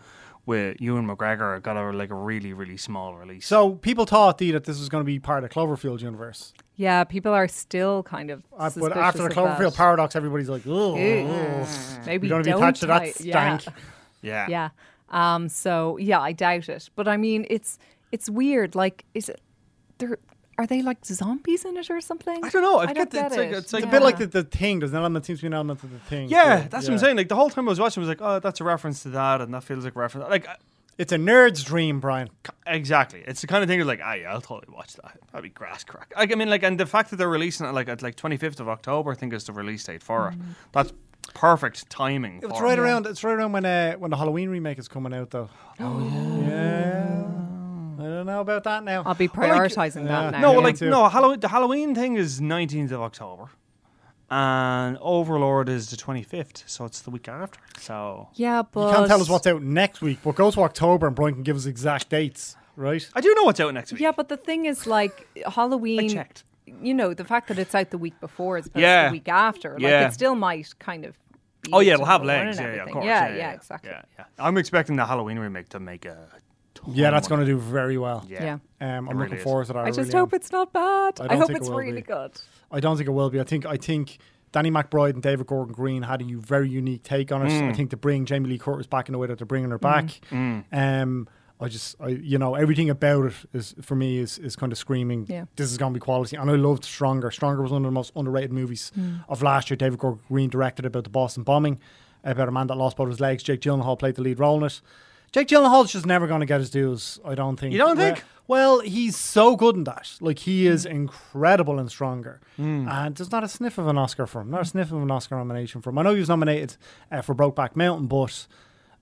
[SPEAKER 4] with Ewan McGregor. It got a, like a really really small release.
[SPEAKER 3] So people thought, Dee, that this was going to be part of Cloverfield universe.
[SPEAKER 5] Yeah, people are still kind of.
[SPEAKER 3] Uh, but
[SPEAKER 5] suspicious
[SPEAKER 3] after the
[SPEAKER 5] of
[SPEAKER 3] Cloverfield
[SPEAKER 5] that.
[SPEAKER 3] paradox, everybody's like, oh,
[SPEAKER 5] Ew. Maybe
[SPEAKER 3] you don't want to be attached
[SPEAKER 5] don't
[SPEAKER 3] to
[SPEAKER 5] I-
[SPEAKER 3] that
[SPEAKER 5] yeah.
[SPEAKER 3] stank.
[SPEAKER 4] yeah.
[SPEAKER 5] Yeah. Um, so yeah, I doubt it. But I mean, it's it's weird. Like, is it there? Are they like zombies in it or something?
[SPEAKER 4] I don't know. I,
[SPEAKER 5] I
[SPEAKER 4] get
[SPEAKER 5] don't
[SPEAKER 4] the-
[SPEAKER 5] get
[SPEAKER 4] it's like
[SPEAKER 5] it.
[SPEAKER 4] it's like
[SPEAKER 5] It's
[SPEAKER 3] A bit like
[SPEAKER 5] Yeah.
[SPEAKER 3] the, the thing. There's an element, seems to be an element of the thing.
[SPEAKER 4] Yeah,
[SPEAKER 3] So,
[SPEAKER 4] that's what
[SPEAKER 3] yeah.
[SPEAKER 4] I'm saying. Like the whole time I was watching, I was like, oh, that's a reference to that, and that feels like a reference. Like uh, I-
[SPEAKER 3] It's a nerd's dream, Brian.
[SPEAKER 4] exactly, it's the kind of thing of like, ah, yeah, I'll totally watch that. That'd be grass crack. Like I mean, like, and the fact that they're releasing it like at like 25th of October, I think is the release date for
[SPEAKER 5] Mm-hmm.
[SPEAKER 4] it. That's perfect timing.
[SPEAKER 3] It's
[SPEAKER 4] for
[SPEAKER 3] right
[SPEAKER 4] it.
[SPEAKER 3] around. It's right around when uh, when the Halloween remake is coming out, though. Oh yeah. I don't know about that now.
[SPEAKER 5] I'll be prioritizing
[SPEAKER 3] yeah.
[SPEAKER 5] that now.
[SPEAKER 4] No, well,
[SPEAKER 3] Yeah,
[SPEAKER 4] like
[SPEAKER 3] too.
[SPEAKER 4] no, Halloween. The Halloween thing is 19th of October, and Overlord is the 25th, so it's the week after. So
[SPEAKER 5] yeah, but
[SPEAKER 3] You can't tell us what's out next week, but go to October and Brian can give us exact dates, right?
[SPEAKER 4] I do know what's out next week.
[SPEAKER 5] Yeah, but the thing is, like Halloween.
[SPEAKER 4] checked.
[SPEAKER 5] You know, the fact that it's out the week before as opposed
[SPEAKER 4] Yeah.
[SPEAKER 5] to the week after, like
[SPEAKER 4] Yeah.
[SPEAKER 5] it still might kind of. Be
[SPEAKER 4] Oh yeah, it'll
[SPEAKER 5] to
[SPEAKER 4] have
[SPEAKER 5] the one
[SPEAKER 4] legs.
[SPEAKER 5] and
[SPEAKER 4] Yeah, yeah, of
[SPEAKER 5] everything.
[SPEAKER 4] course.
[SPEAKER 5] Yeah, yeah, exactly.
[SPEAKER 4] Yeah, yeah. I'm expecting the Halloween remake to make a. ton
[SPEAKER 3] Yeah, that's
[SPEAKER 4] of
[SPEAKER 3] going
[SPEAKER 4] money.
[SPEAKER 3] to do very well.
[SPEAKER 5] Yeah.
[SPEAKER 3] Um, I'm
[SPEAKER 4] really
[SPEAKER 3] looking
[SPEAKER 4] is.
[SPEAKER 3] forward to that.
[SPEAKER 5] I, just
[SPEAKER 3] really am.
[SPEAKER 5] hope it's not bad.
[SPEAKER 3] I
[SPEAKER 5] I,
[SPEAKER 3] don't
[SPEAKER 5] hope
[SPEAKER 3] think it
[SPEAKER 5] it's
[SPEAKER 3] will
[SPEAKER 5] really
[SPEAKER 3] be.
[SPEAKER 5] good.
[SPEAKER 3] I don't think it will be. I think I think Danny McBride and David Gordon Green had a u- very unique take on it. I think to bring Jamie Lee Curtis back in the way that they're bringing her back. Um, I just, I, you know, everything about it is for me is is kind of screaming.
[SPEAKER 5] Yeah.
[SPEAKER 3] This is going to be quality, and I loved Stronger. Stronger was one of the most underrated movies of last year. David Gordon Green directed about the Boston bombing. about a man that lost both his legs. Jake Gyllenhaal played the lead role in it. Jake Gyllenhaal's just never going to get his dues, I don't think.
[SPEAKER 4] You don't
[SPEAKER 3] Well-
[SPEAKER 4] think?
[SPEAKER 3] Well, he's so good in that. Like, he is incredible and stronger. And there's not a sniff of an Oscar for him, not a sniff of an Oscar nomination for him. I know he was nominated uh, for Brokeback Mountain, but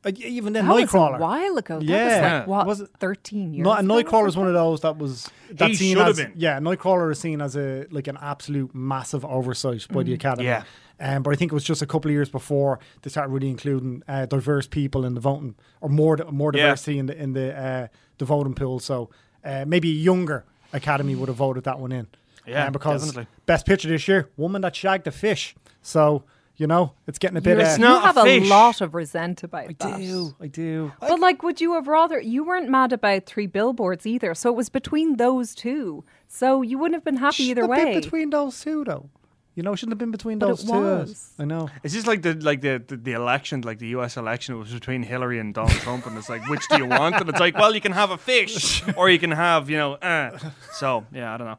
[SPEAKER 3] uh, even then,
[SPEAKER 5] That was
[SPEAKER 3] Nightcrawler.
[SPEAKER 5] a while ago.
[SPEAKER 3] Yeah.
[SPEAKER 5] That was like, what,
[SPEAKER 3] Was it-
[SPEAKER 5] 13 years
[SPEAKER 3] No,
[SPEAKER 5] ago?
[SPEAKER 3] and Nightcrawler is one of those that was that's seen
[SPEAKER 4] should have
[SPEAKER 3] as
[SPEAKER 4] been.
[SPEAKER 3] yeah. Nightcrawler is seen as a like an absolute massive oversight by
[SPEAKER 5] Mm,
[SPEAKER 3] the Academy.
[SPEAKER 4] Yeah.
[SPEAKER 3] Um, but I think it was just a couple of years before they started really including uh, diverse people in the voting or more more
[SPEAKER 4] Yeah.
[SPEAKER 3] diversity in the in the uh, the voting pool. So uh, maybe a younger Academy would have voted that one in.
[SPEAKER 4] Yeah,
[SPEAKER 3] Um, because
[SPEAKER 4] definitely.
[SPEAKER 3] best picture this year, woman that shagged a fish. So you know it's getting a bit.
[SPEAKER 5] You're-
[SPEAKER 3] uh,
[SPEAKER 5] you
[SPEAKER 4] not a
[SPEAKER 5] have a,
[SPEAKER 4] fish.
[SPEAKER 5] lot of resent about
[SPEAKER 3] I
[SPEAKER 5] that.
[SPEAKER 3] do, I do.
[SPEAKER 5] But like, would you have rather? You weren't mad about three billboards either, so it was between those two. So you wouldn't have been happy either
[SPEAKER 3] Shouldn't have
[SPEAKER 5] way.
[SPEAKER 3] Been between those two, though. You know, shouldn't have been between
[SPEAKER 5] But
[SPEAKER 3] those
[SPEAKER 5] it
[SPEAKER 3] two.
[SPEAKER 5] was.
[SPEAKER 3] I know.
[SPEAKER 4] It's just like the like the, the, the election, like the U.S. election, it was between Hillary and Donald Trump, and it's like, which do you want? And it's like, well, you can have a fish, or you can have, you know, uh. so yeah, I don't know.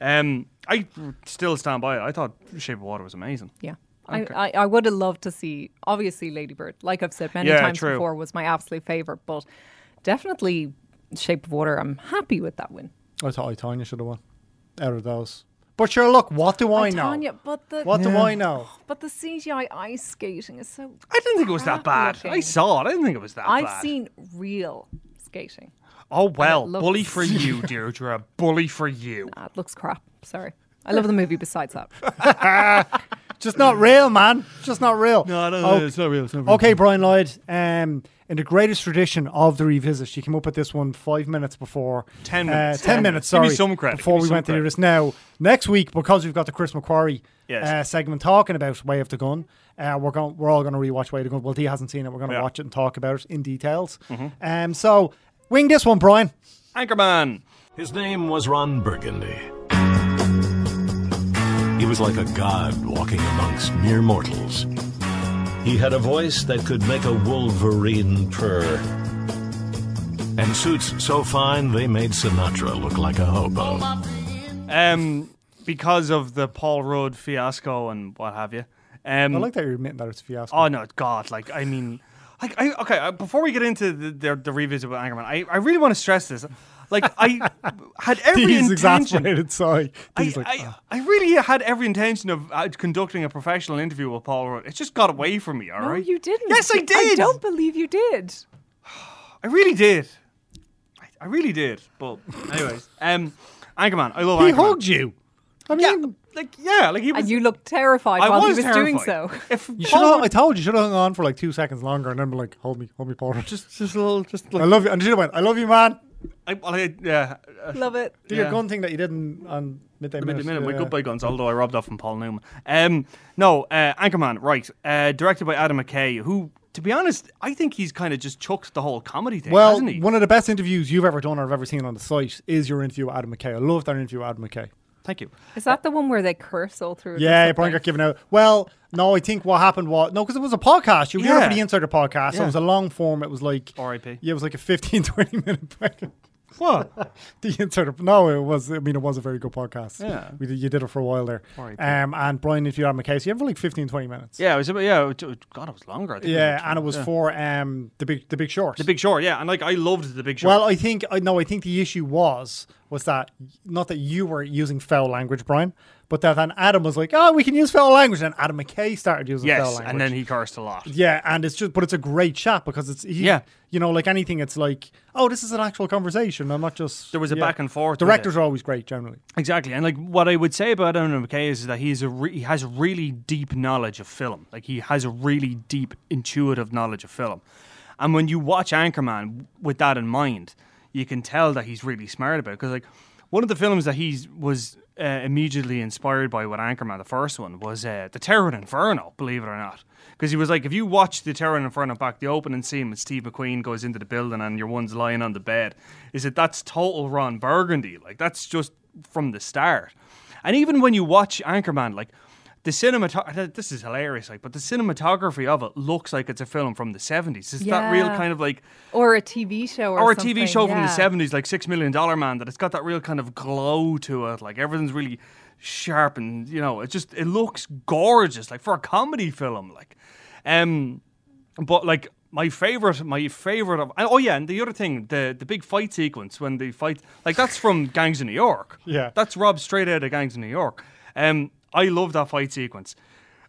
[SPEAKER 4] Um, I still stand by it. I thought Shape of Water was amazing.
[SPEAKER 5] yeah. I, I, I would have loved to see, obviously, Lady Bird, like I've said many
[SPEAKER 4] Yeah,
[SPEAKER 5] times
[SPEAKER 4] true.
[SPEAKER 5] before, was my absolute favourite, but definitely Shape of Water. I'm happy with that win.
[SPEAKER 3] I thought I Tanya should have won out of those. But sure, look, what do I know?
[SPEAKER 5] Tanya, but the
[SPEAKER 3] What do I know?
[SPEAKER 5] but the CGI ice skating is so.
[SPEAKER 4] I didn't think it was that bad. I
[SPEAKER 5] crap-looking.
[SPEAKER 4] saw it. I didn't think it was that
[SPEAKER 5] I've
[SPEAKER 4] bad.
[SPEAKER 5] seen real skating.
[SPEAKER 4] Oh well,
[SPEAKER 5] looks-
[SPEAKER 4] bully for you, Deirdre. bully for you.
[SPEAKER 5] Ah, it looks crap. Sorry. I love the movie besides that.
[SPEAKER 3] Just not real, man. Just not real.
[SPEAKER 4] No, I don't
[SPEAKER 3] okay.
[SPEAKER 4] know. It's not real. It's not real.
[SPEAKER 3] Okay, Brian Lloyd. Um, in the greatest tradition of the revisit, she came up with this one five minutes before.
[SPEAKER 4] Ten
[SPEAKER 3] uh,
[SPEAKER 4] minutes.
[SPEAKER 3] ten minutes.
[SPEAKER 4] Give me
[SPEAKER 3] Sorry,
[SPEAKER 4] some credit.
[SPEAKER 3] Before
[SPEAKER 4] Give me
[SPEAKER 3] we
[SPEAKER 4] some
[SPEAKER 3] went to do
[SPEAKER 4] credit.
[SPEAKER 3] this now. Next week, because we've got the Chris McQuarrie
[SPEAKER 4] Yes.
[SPEAKER 3] uh, segment talking about Way of the Gun, uh, we're going. We're all going to rewatch Way of the Gun. Well, he hasn't seen it. We're going to
[SPEAKER 4] Yeah. Mm-hmm.
[SPEAKER 3] watch it and talk about it in details. Um, so wing this one, Brian.
[SPEAKER 4] Anchorman.
[SPEAKER 1] His name was Ron Burgundy. He was like a god walking amongst mere mortals. He had a voice that could make a wolverine purr. And suits so fine they made Sinatra look like a hobo.
[SPEAKER 4] Um, because of the Paul Rudd fiasco and what have you. Um,
[SPEAKER 3] I like that you're admitting that it's a fiasco.
[SPEAKER 4] Oh no, God! Like I mean, like I okay. uh, Before we get into the the, the revisit with Angerman, I, I really want to stress this. Like I had every
[SPEAKER 3] He's
[SPEAKER 4] intention.
[SPEAKER 3] exasperated. Sorry.
[SPEAKER 4] I,
[SPEAKER 3] He's like,
[SPEAKER 4] I, I really had every intention of uh, conducting a professional interview with Paul Rudd. It just got away from me. All right,
[SPEAKER 5] No, you didn't.
[SPEAKER 4] Yes, I
[SPEAKER 5] I
[SPEAKER 4] did.
[SPEAKER 5] don't believe you did.
[SPEAKER 4] I really did. I, I really did. But anyways, um, Angerman, I love.
[SPEAKER 3] he
[SPEAKER 4] Anchorman.
[SPEAKER 3] hugged you. I mean,
[SPEAKER 4] Yeah, like yeah, like he was.
[SPEAKER 5] And you looked terrified
[SPEAKER 4] I
[SPEAKER 5] while
[SPEAKER 4] was,
[SPEAKER 5] he was doing so.
[SPEAKER 4] terrified. If
[SPEAKER 3] you should
[SPEAKER 4] Paul
[SPEAKER 3] have,
[SPEAKER 4] Rudd-
[SPEAKER 3] I told you, should have hung on for like two seconds longer and then be like, hold me, hold me, Paul. Just,
[SPEAKER 4] just a little, just
[SPEAKER 3] I
[SPEAKER 4] like
[SPEAKER 3] love you. And you should have went, I love you, man.
[SPEAKER 4] I, well, I, yeah, uh,
[SPEAKER 5] Love it.
[SPEAKER 3] Do
[SPEAKER 4] Yeah.
[SPEAKER 3] your gun thing that you didn't on midday
[SPEAKER 4] Wait a
[SPEAKER 3] minute.
[SPEAKER 4] minute, my
[SPEAKER 3] Yeah.
[SPEAKER 4] goodbye guns, although I robbed off from Paul Newman. Um, no, uh, Anchorman, right. Uh, directed by Adam McKay, who, to be honest, I think he's kind of just chucked the whole comedy thing,
[SPEAKER 3] Well,
[SPEAKER 4] hasn't he?
[SPEAKER 3] one of the best interviews you've ever done or I've ever seen on the site is your interview with Adam McKay. I love that interview with Adam McKay.
[SPEAKER 4] Thank you.
[SPEAKER 5] Is that the one where they curse all through? it or
[SPEAKER 3] Yeah,
[SPEAKER 5] something?
[SPEAKER 3] Brian got given out. Well, no, I think what happened was no, because it was a podcast. You were here
[SPEAKER 4] Yeah.
[SPEAKER 3] for the Insider podcast. So
[SPEAKER 4] Yeah.
[SPEAKER 3] it was a long form. It was like
[SPEAKER 4] R.I.P..
[SPEAKER 3] Yeah, it was like a 15, 20 minute break.
[SPEAKER 4] What?
[SPEAKER 3] the insert. No, it was. I mean, it was a very good podcast.
[SPEAKER 4] Yeah.
[SPEAKER 3] we did, you did it for a while there.
[SPEAKER 4] R.I.P.
[SPEAKER 3] Um, and Brian, if you had my case, you had for like 15, 20 minutes.
[SPEAKER 4] yeah, it was, about- yeah, it, it- God, it was longer. I think
[SPEAKER 3] yeah,
[SPEAKER 4] actually.
[SPEAKER 3] and it was for um the big the big short.
[SPEAKER 4] The Big Short, yeah. And, like, I loved The Big Short.
[SPEAKER 3] Well, I think I no, I think the issue was was that not that you were using foul language, Brian, but that then Adam was like, oh, we can use foul language, and Adam McKay started using foul
[SPEAKER 4] yes,
[SPEAKER 3] language.
[SPEAKER 4] and then he cursed a lot.
[SPEAKER 3] Yeah, and it's just, but it's a great chat because it's he,
[SPEAKER 4] Yeah.
[SPEAKER 3] you know, like anything, it's like, oh, this is an actual conversation. I'm not just
[SPEAKER 4] There was a
[SPEAKER 3] yeah.
[SPEAKER 4] back and forth with
[SPEAKER 3] Directors
[SPEAKER 4] it.
[SPEAKER 3] are always great, generally.
[SPEAKER 4] Exactly, and like what I would say about Adam McKay is that he's a re- he has a really deep knowledge of film. Like he has a really deep intuitive knowledge of film, and when you watch Anchorman with that in mind, you can tell that he's really smart about. Because like one of the films that he was uh, immediately inspired by with Anchorman, the first one, was uh, The Terror in Inferno. Believe it or not, because he was like, if you watch The Terror in Inferno back, the opening scene when Steve McQueen goes into the building and your one's lying on the bed, is that that's total Ron Burgundy. Like that's just from the start. And even when you watch Anchorman, like the cinematography, this is hilarious, like, but the cinematography of it looks like it's a film from the 70s. It's that real
[SPEAKER 5] Yeah.
[SPEAKER 4] kind of like,
[SPEAKER 5] Or a TV show or,
[SPEAKER 4] or a
[SPEAKER 5] something,
[SPEAKER 4] TV show
[SPEAKER 5] yeah.
[SPEAKER 4] from the 70s, like Six Million Dollar Man, that it's got that real kind of glow to it. Like everything's really sharp and, you know, it just, it looks gorgeous, like for a comedy film. Like, um, But like my favorite, my favorite of oh yeah, and the other thing, the the big fight sequence when they fight, like that's from Gangs of New York.
[SPEAKER 3] Yeah.
[SPEAKER 4] that's Rob straight out of Gangs of New York. Um, I love that fight sequence,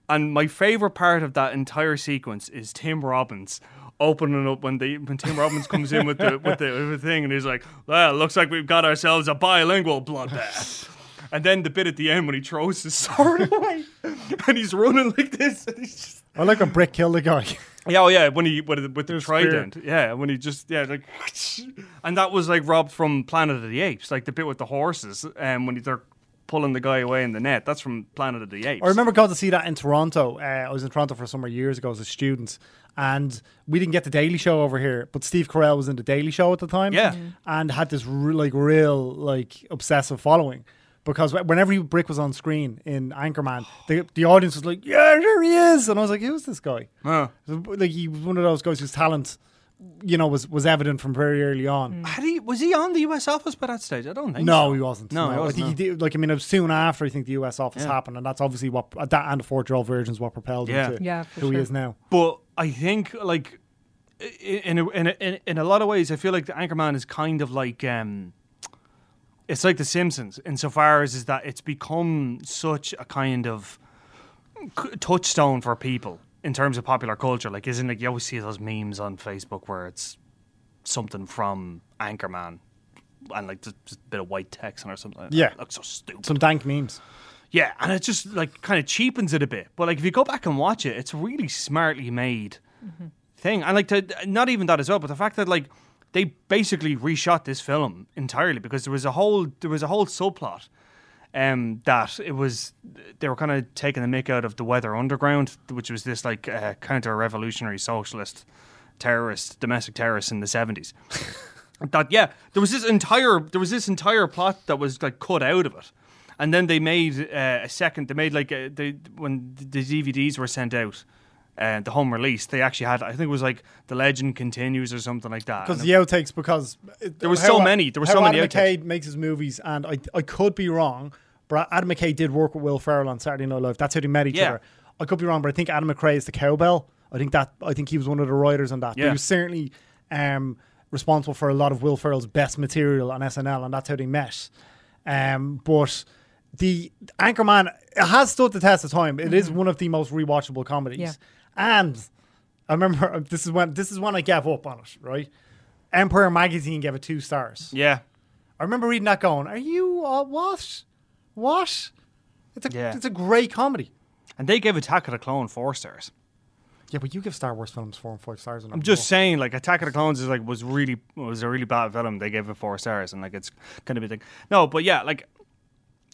[SPEAKER 4] and my favorite part of that entire sequence is Tim Robbins. Opening up when they when Tim Robbins comes in with the with the, with the thing and he's like, "Well, looks like we've got ourselves a bilingual bloodbath." And then the bit at the end when he throws his sword away and he's running like this and he's just
[SPEAKER 3] I like when Brick killed the guy.
[SPEAKER 4] yeah, oh yeah, when he with, the- with the
[SPEAKER 3] spear.
[SPEAKER 4] trident. Yeah, when he just yeah, like, and that was like robbed from Planet of the Apes, like the bit with the horses, and um, when they're pulling the guy away in the net. That's from Planet of the Apes.
[SPEAKER 3] I remember going to see that in Toronto. Uh, I was in Toronto for a summer years ago as a student, and we didn't get the Daily Show over here. But Steve Carell was in the Daily Show at the time,
[SPEAKER 4] Yeah. Mhm.
[SPEAKER 3] and had this re- like real like obsessive following. Because wh- whenever he- Brick was on screen in Anchorman, the, the audience was like, "Yeah, there he is," and I was like, "Who's this guy?"
[SPEAKER 4] Huh.
[SPEAKER 3] So, Like he was one of those guys whose talent, you know, was was evident from very early on.
[SPEAKER 4] Had he was he on the U.S. office by that stage? I don't think.
[SPEAKER 3] No,
[SPEAKER 4] so.
[SPEAKER 3] he wasn't.
[SPEAKER 4] No, he
[SPEAKER 3] I
[SPEAKER 4] wasn't,
[SPEAKER 3] think he
[SPEAKER 4] no.
[SPEAKER 3] did. Like, I mean, it was soon after I think the U.S. office happened, and that's obviously what uh, that and the four-year-old version is what propelled
[SPEAKER 4] Yeah.
[SPEAKER 3] him to
[SPEAKER 5] Yeah, for
[SPEAKER 3] who he
[SPEAKER 5] sure.
[SPEAKER 3] is now.
[SPEAKER 4] But I think like i- in a, in a, in in a lot of ways, I feel like the Anchorman is kind of like um, it's like The Simpsons insofar as is that it's become such a kind of c- touchstone for people in terms of popular culture. Like, isn't like you always see those memes on Facebook where it's something from Anchorman. And like just, just a bit of white text on it or something.
[SPEAKER 3] Yeah.
[SPEAKER 4] it looks so stupid.
[SPEAKER 3] Some dank memes.
[SPEAKER 4] Yeah, and it just like kind of cheapens it a bit. But like if you go back and watch it, it's a really smartly made thing. And like to not even that as well, but the fact that like they basically reshot this film entirely because there was a whole there was a whole subplot um, that it was they were kind of taking the mick out of the Weather Underground, which was this like uh, counter-revolutionary socialist terrorist, domestic terrorist in the seventies. that yeah, there was this entire there was this entire plot that was like cut out of it, and then they made uh, a second. They made like a, they when the DVDs were sent out. And the home release, they actually had. I think it was like the legend continues or something like that.
[SPEAKER 3] Because
[SPEAKER 4] And
[SPEAKER 3] the outtakes, because it-
[SPEAKER 4] There was so many. There were
[SPEAKER 3] how
[SPEAKER 4] so many
[SPEAKER 3] Adam
[SPEAKER 4] outtakes.
[SPEAKER 3] McKay makes his movies, and I, I could be wrong, but Adam McKay did work with Will Ferrell on Saturday Night Live. That's how they met each
[SPEAKER 4] Yeah.
[SPEAKER 3] other. I could be wrong, but I think Adam McKay is the cowbell. I think that I think he was one of the writers on that. But
[SPEAKER 4] Yeah.
[SPEAKER 3] he was certainly um, responsible for a lot of Will Ferrell's best material on SNL, and that's how they met. Um, but the Anchorman it has stood the test of time. It is one of the most rewatchable comedies,
[SPEAKER 5] Yeah.
[SPEAKER 3] and I remember this is when this is when I gave up on it. Right, Empire magazine gave it two stars.
[SPEAKER 4] yeah,
[SPEAKER 3] I remember reading that, going, "Are you uh, what? What? It's a
[SPEAKER 4] Yeah.
[SPEAKER 3] it's a great comedy."
[SPEAKER 4] and they gave Attack of the Clone four stars.
[SPEAKER 3] Yeah, but you give Star Wars films four and five stars. And
[SPEAKER 4] I'm just saying, like Attack of the Clones is like was really was a really bad film. They gave it four stars, and like it's kind of a thing. No, but yeah, like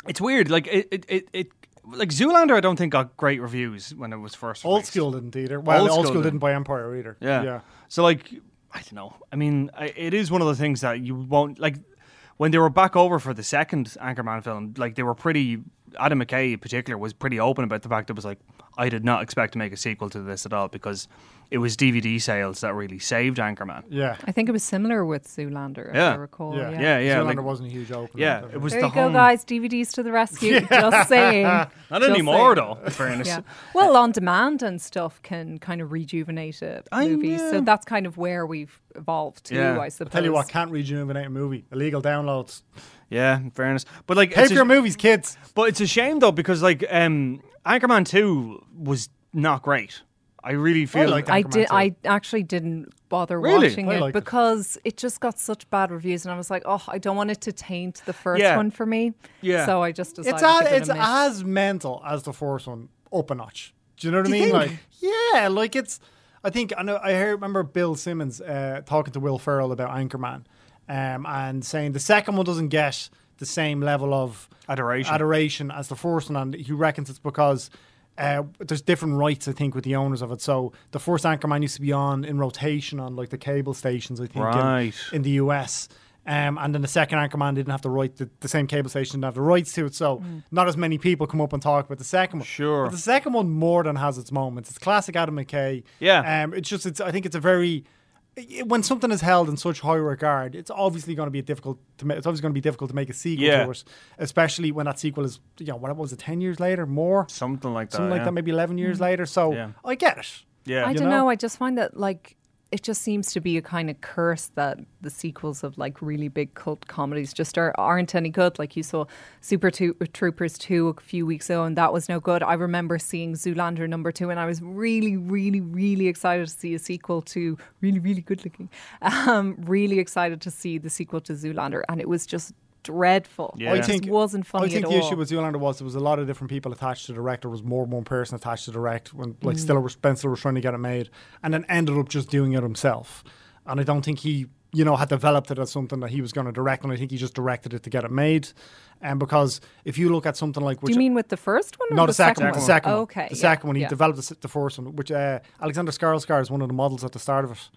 [SPEAKER 4] it's weird. Like it, it, it, it like Zoolander. I don't think got great reviews when it was first.
[SPEAKER 3] old
[SPEAKER 4] released.
[SPEAKER 3] school didn't either. Well,
[SPEAKER 4] Old
[SPEAKER 3] old,
[SPEAKER 4] School
[SPEAKER 3] school didn't
[SPEAKER 4] didn't.
[SPEAKER 3] buy Empire either.
[SPEAKER 4] Yeah.
[SPEAKER 3] yeah.
[SPEAKER 4] So like, I don't know. I mean, I, it is one of the things that you won't like. When they were back over for the second Anchorman film, like they were pretty. Adam McKay, in particular, was pretty open about the fact that it was like, I did not expect to make a sequel to this at all because it was DVD sales that really saved Anchorman.
[SPEAKER 3] yeah.
[SPEAKER 5] I think it was similar with Zoolander, if
[SPEAKER 4] Yeah.
[SPEAKER 5] I recall.
[SPEAKER 3] Yeah.
[SPEAKER 5] Oh, Yeah.
[SPEAKER 4] Yeah, yeah.
[SPEAKER 3] Zoolander
[SPEAKER 4] like-
[SPEAKER 3] wasn't a huge opener.
[SPEAKER 4] yeah, it was
[SPEAKER 5] There
[SPEAKER 4] the
[SPEAKER 5] you go,
[SPEAKER 4] home-
[SPEAKER 5] guys. DVDs to the rescue. Just saying. Not
[SPEAKER 4] Not anymore, though. In fairness,
[SPEAKER 5] Yeah. Well, on demand and stuff can kind of rejuvenate a
[SPEAKER 4] I
[SPEAKER 5] movie. So
[SPEAKER 4] know.
[SPEAKER 5] that's kind of where we've evolved to,
[SPEAKER 4] Yeah.
[SPEAKER 5] I
[SPEAKER 4] I'll
[SPEAKER 5] suppose.
[SPEAKER 3] Tell you what, can't rejuvenate a movie. Illegal downloads.
[SPEAKER 4] yeah. In fairness, but like,
[SPEAKER 3] Pay
[SPEAKER 4] it's
[SPEAKER 3] for
[SPEAKER 4] a-
[SPEAKER 3] your movies, kids.
[SPEAKER 4] But it's a shame though because like um Anchorman Two was not great. I really feel
[SPEAKER 3] liked
[SPEAKER 5] I
[SPEAKER 3] Anchorman
[SPEAKER 5] did.
[SPEAKER 3] too.
[SPEAKER 5] I actually didn't bother
[SPEAKER 4] Really?
[SPEAKER 5] watching
[SPEAKER 3] I
[SPEAKER 5] it
[SPEAKER 3] liked it.
[SPEAKER 5] because it. just got such bad reviews, and I was like, "Oh, I don't want it to taint the first
[SPEAKER 4] Yeah.
[SPEAKER 5] one for me."
[SPEAKER 4] Yeah.
[SPEAKER 5] So I just decided
[SPEAKER 3] It's
[SPEAKER 5] to
[SPEAKER 3] as,
[SPEAKER 5] give it
[SPEAKER 3] it's
[SPEAKER 5] a miss.
[SPEAKER 3] as mental as the first one, up a notch. Do you know what I
[SPEAKER 4] you
[SPEAKER 3] mean? Like,
[SPEAKER 4] think?
[SPEAKER 3] yeah, like it's. I think I know. I hear- remember Bill Simmons uh, talking to Will Ferrell about Anchorman, um, and saying the second one doesn't get the same level of
[SPEAKER 4] Adoration.
[SPEAKER 3] adoration as the first one, and he reckons it's because. Uh, there's different rights, I think, with the owners of it. So the first Anchorman used to be on in rotation on like the cable stations, I think, in-
[SPEAKER 4] Right.
[SPEAKER 3] in the US. Um, and then the second Anchorman didn't have the right, the, the same cable station didn't have the rights to it, so
[SPEAKER 5] Mm.
[SPEAKER 3] not as many people come up and talk about the second one.
[SPEAKER 4] Sure.
[SPEAKER 3] but the second one more than has its moments. It's classic Adam McKay.
[SPEAKER 4] Yeah.
[SPEAKER 3] um, it's just, it's. I think it's a very it- when something is held in such high regard, it's obviously going to be difficult to make. It's obviously going to be difficult to make a sequel
[SPEAKER 4] Yeah.
[SPEAKER 3] to it, especially when that sequel is, you know, what was it, ten years later, more
[SPEAKER 4] something like that.
[SPEAKER 3] something like
[SPEAKER 4] yeah.
[SPEAKER 3] that, maybe eleven years later. So
[SPEAKER 4] Yeah.
[SPEAKER 3] I get it.
[SPEAKER 4] Yeah.
[SPEAKER 5] Mm. I
[SPEAKER 4] You
[SPEAKER 5] don't
[SPEAKER 3] know?
[SPEAKER 5] know? I just find that like it just seems to be a kind of curse that the sequels of like really big cult comedies just are, aren't any good. Like you saw Super Two, Troopers two a few weeks ago, and that was no good. I remember seeing Zoolander number two, and I was really, really, really excited to see a sequel to really, really good looking. Um, really excited to see the sequel to Zoolander, and it was just dreadful.
[SPEAKER 4] Yeah.
[SPEAKER 5] It
[SPEAKER 4] I
[SPEAKER 5] just
[SPEAKER 3] think-
[SPEAKER 5] wasn't funny
[SPEAKER 3] I think
[SPEAKER 5] at
[SPEAKER 3] the
[SPEAKER 5] all.
[SPEAKER 3] issue with Zoolander was there was a lot of different people attached to direct. There was more than one person attached to direct when
[SPEAKER 5] Mm.
[SPEAKER 3] like Stiller was, Ben Stiller was trying to get it made, and then ended up just doing it himself. And I don't think he, you know, had developed it as something that he was going to direct. And I think he just directed it to get it made. And because if you look at something like,
[SPEAKER 5] Do
[SPEAKER 3] which
[SPEAKER 5] you mean with the first one? Or
[SPEAKER 3] no,
[SPEAKER 5] the,
[SPEAKER 3] the second, one. The second one.
[SPEAKER 5] Okay.
[SPEAKER 3] The
[SPEAKER 5] yeah,
[SPEAKER 3] second one. He
[SPEAKER 5] yeah.
[SPEAKER 3] developed the, s- the first one, which uh, Alexander Skarsgård is one of the models at the start of it.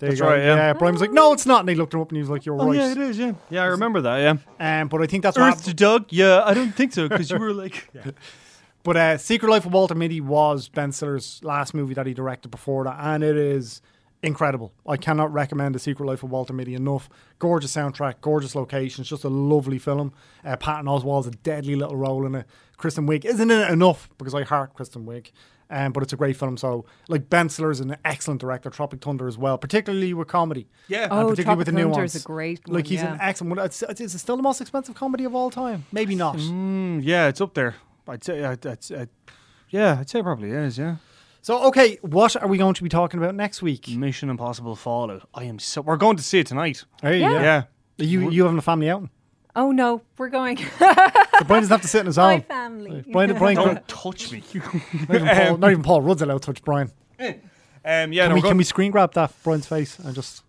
[SPEAKER 3] There
[SPEAKER 4] That's
[SPEAKER 3] you go.
[SPEAKER 4] right, yeah.
[SPEAKER 3] Brian was like, "No, it's not," and he looked him up and he was like, "You're
[SPEAKER 4] Oh,
[SPEAKER 3] right."
[SPEAKER 4] yeah, it is. Yeah, yeah, I remember that. Yeah,
[SPEAKER 3] Um, but I think that's what
[SPEAKER 4] Earth
[SPEAKER 3] happened-
[SPEAKER 4] to Doug. Yeah, I don't think so because you were like,
[SPEAKER 3] But uh, Secret Life of Walter Mitty was Ben Stiller's last movie that he directed before that, and it is incredible. I cannot recommend The Secret Life of Walter Mitty enough. Gorgeous soundtrack, gorgeous locations, just a lovely film. Uh, Patton Oswald's a deadly little role in it. Kristen Wiig isn't in it enough because I heart Kristen Wiig, um, but it's a great film. So, like Ben Stiller is an excellent director. Tropic Thunder as well, particularly with comedy.
[SPEAKER 4] Yeah.
[SPEAKER 3] and
[SPEAKER 5] Oh,
[SPEAKER 3] particularly
[SPEAKER 5] Tropic
[SPEAKER 3] with the
[SPEAKER 5] Thunder
[SPEAKER 3] nuance.
[SPEAKER 5] is a great one,
[SPEAKER 3] Like he's
[SPEAKER 5] yeah.
[SPEAKER 3] an excellent. One. It's, it's, it's still the most expensive comedy of all time. Maybe not.
[SPEAKER 4] mm, yeah, it's up there. I'd say, I'd, I'd, I'd, yeah, I'd say it probably is. Yeah,
[SPEAKER 3] So, okay, what are we going to be talking about next week?
[SPEAKER 4] Mission Impossible Fallout. I am so. We're going to see it tonight.
[SPEAKER 3] Hey,
[SPEAKER 5] Yeah.
[SPEAKER 4] Yeah,
[SPEAKER 3] Are you you having a family outing?
[SPEAKER 5] Oh no, we're going.
[SPEAKER 3] So Brian doesn't have to sit in his
[SPEAKER 5] My
[SPEAKER 3] own.
[SPEAKER 5] family.
[SPEAKER 3] Brian, Brian, not,
[SPEAKER 4] don't touch me.
[SPEAKER 3] even Paul, not even Paul Rudd's allowed to touch Brian.
[SPEAKER 4] um, yeah,
[SPEAKER 3] Can,
[SPEAKER 4] no,
[SPEAKER 3] we,
[SPEAKER 4] we're
[SPEAKER 3] can
[SPEAKER 4] going,
[SPEAKER 3] we screen grab that Brian's face and just?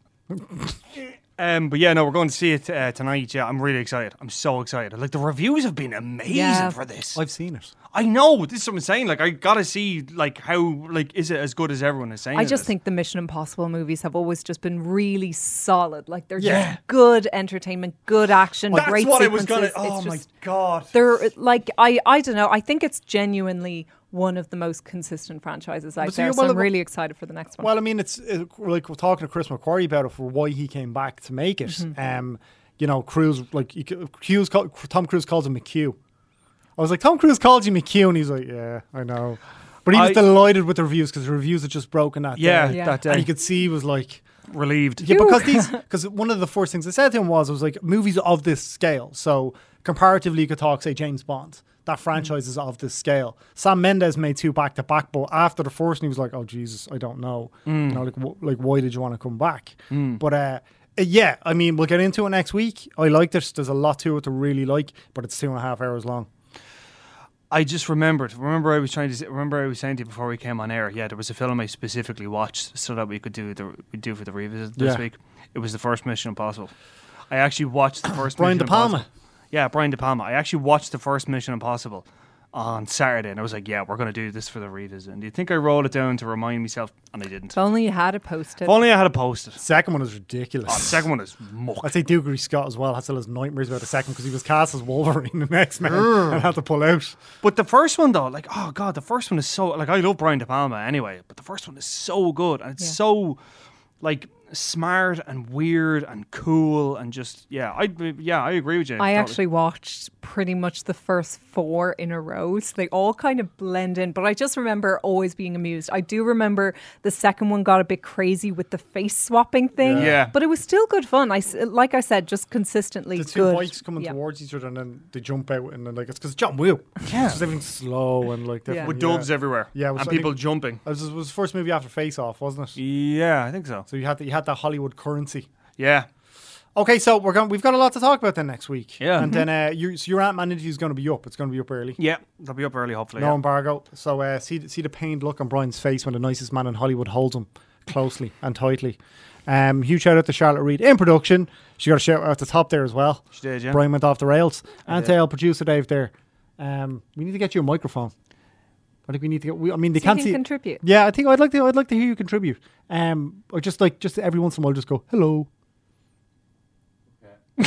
[SPEAKER 4] um, but yeah, no, we're going to see it uh, tonight. Yeah, I'm really excited. I'm so excited. Like the reviews have been amazing
[SPEAKER 5] Yeah.
[SPEAKER 4] for this.
[SPEAKER 3] I've seen it.
[SPEAKER 4] I know this is what I'm saying. Like I gotta see like how like is it as good as everyone is saying?
[SPEAKER 5] I
[SPEAKER 4] it
[SPEAKER 5] just
[SPEAKER 4] is?
[SPEAKER 5] think the Mission Impossible movies have always just been really solid. Like they're
[SPEAKER 4] Yeah.
[SPEAKER 5] just good entertainment, good action,
[SPEAKER 4] that's
[SPEAKER 5] great
[SPEAKER 4] what I was
[SPEAKER 5] sequences.
[SPEAKER 4] gonna. Oh
[SPEAKER 5] it's
[SPEAKER 4] my
[SPEAKER 5] just,
[SPEAKER 4] god.
[SPEAKER 5] they're like I I don't know. I think it's genuinely one of the most consistent franchises out
[SPEAKER 3] But so
[SPEAKER 5] there.
[SPEAKER 3] you-
[SPEAKER 5] So
[SPEAKER 3] well,
[SPEAKER 5] I'm
[SPEAKER 3] it-
[SPEAKER 5] really excited for the next one.
[SPEAKER 3] Well, I mean, it's it, like we're talking to Chris McQuarrie about it for why he came back to make it.
[SPEAKER 5] Mm-hmm.
[SPEAKER 3] Um, you know, Cruise like he, Hughes, call, Tom Cruise calls him McHugh. I was like, Tom Cruise called you McHugh, and he's like, yeah, I know. But he was
[SPEAKER 4] I-
[SPEAKER 3] delighted with the reviews because the reviews had just broken that
[SPEAKER 4] Yeah,
[SPEAKER 3] day.
[SPEAKER 5] Yeah.
[SPEAKER 4] that
[SPEAKER 3] and
[SPEAKER 4] day.
[SPEAKER 3] you could see he was like.
[SPEAKER 4] Relieved.
[SPEAKER 3] Yeah,
[SPEAKER 5] Phew.
[SPEAKER 3] because these because one of the first things I said to him was I was like movies of this scale. So comparatively, you could talk say James Bond.
[SPEAKER 4] Mm.
[SPEAKER 3] That franchise is of this scale. Sam Mendes made two back to back, but after the first, one, he was like, "Oh Jesus, I don't know.
[SPEAKER 4] Mm.
[SPEAKER 3] You know, like wh- like why did you want to come back?" But uh, uh, yeah, I mean, we'll get into it next week. I like this. There's a lot to it to really like, but it's two and a half hours long.
[SPEAKER 4] I just remembered. Remember, I was trying to. Say, remember, I was saying to you before we came on air. Yeah, there was a film I specifically watched so that we could do the we do for the revisit this
[SPEAKER 3] Yeah.
[SPEAKER 4] week. It was the first Mission Impossible. I actually watched the first
[SPEAKER 3] Brian
[SPEAKER 4] Mission
[SPEAKER 3] De Palma.
[SPEAKER 4] Impossible. Yeah, Brian De Palma. I actually watched the first Mission Impossible on Saturday, and I was like, "Yeah, we're going to do this for the revisit." And do you think I rolled it down to remind myself? And I didn't.
[SPEAKER 5] if only you had it posted.
[SPEAKER 4] If only I had a post-it.
[SPEAKER 3] Second one is ridiculous.
[SPEAKER 4] Oh, the second one is muck.
[SPEAKER 3] I'd say Dougherty Scott as well had still his nightmares about the second because he was cast as Wolverine in X Men and had to pull out.
[SPEAKER 4] But the first one though, like oh god, the first one is so like I love Brian De Palma anyway, but the first one is so good and it's
[SPEAKER 5] Yeah.
[SPEAKER 4] so like smart and weird and cool and just yeah, I yeah I agree with you.
[SPEAKER 5] I
[SPEAKER 4] totally.
[SPEAKER 5] actually watched pretty much the first four in a row, so they all kind of blend in. But I just remember always being amused. I do remember the second one got a bit crazy with the face swapping thing,
[SPEAKER 4] Yeah. Yeah.
[SPEAKER 5] But it was still good fun. I s- like I said, just consistently
[SPEAKER 3] the two
[SPEAKER 5] good.
[SPEAKER 3] bikes coming
[SPEAKER 5] Yeah.
[SPEAKER 3] towards each other and then they jump out and then like it's because John Woo. Yeah, it's everything slow and like
[SPEAKER 5] Yeah.
[SPEAKER 4] with
[SPEAKER 3] different,
[SPEAKER 4] doves everywhere.
[SPEAKER 3] Yeah,
[SPEAKER 4] and
[SPEAKER 3] which I
[SPEAKER 4] people
[SPEAKER 3] think-
[SPEAKER 4] jumping.
[SPEAKER 3] It was, it was the first movie after Face Off, wasn't it?
[SPEAKER 4] Yeah, I think so.
[SPEAKER 3] So you had the, you had that Hollywood currency.
[SPEAKER 4] Yeah,
[SPEAKER 3] Okay, so we're going. We've got a lot to talk about then next week.
[SPEAKER 4] Yeah.
[SPEAKER 3] and
[SPEAKER 5] Mm-hmm.
[SPEAKER 3] then uh, you, so your Ant Man interview is going to be up. It's going to be up early.
[SPEAKER 4] yeah, they'll be up early hopefully.
[SPEAKER 3] No
[SPEAKER 4] yeah.
[SPEAKER 3] embargo. So uh, see see the pained look on Brian's face when the nicest man in Hollywood holds him closely and tightly. Um, huge shout out to Charlotte Reed in production. She got a shout out at the top there as well.
[SPEAKER 4] She did, yeah.
[SPEAKER 3] Brian went off the rails. And
[SPEAKER 4] did.
[SPEAKER 3] to our producer Dave there. Um, we need to get you a microphone. I think we need to get. We, I mean, they
[SPEAKER 5] So you
[SPEAKER 3] can't
[SPEAKER 5] can
[SPEAKER 3] see.
[SPEAKER 5] contribute.
[SPEAKER 3] Yeah, I think I'd like to. I'd like to hear you contribute. Um, or just like just every once in a while, just go hello.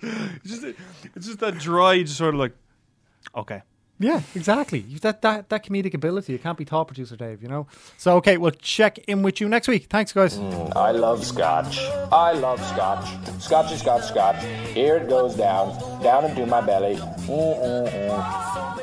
[SPEAKER 4] It's just it's just that dry, just sort of like okay.
[SPEAKER 3] Yeah, exactly. You- That that that comedic ability. It can't be taught, producer Dave. You know. So okay, we'll check in with you next week. Thanks, guys.
[SPEAKER 7] I love scotch. I love scotch. Mm, Scotchy, scotch, scotch. Here it goes down, down into my belly. Mm-mm-mm.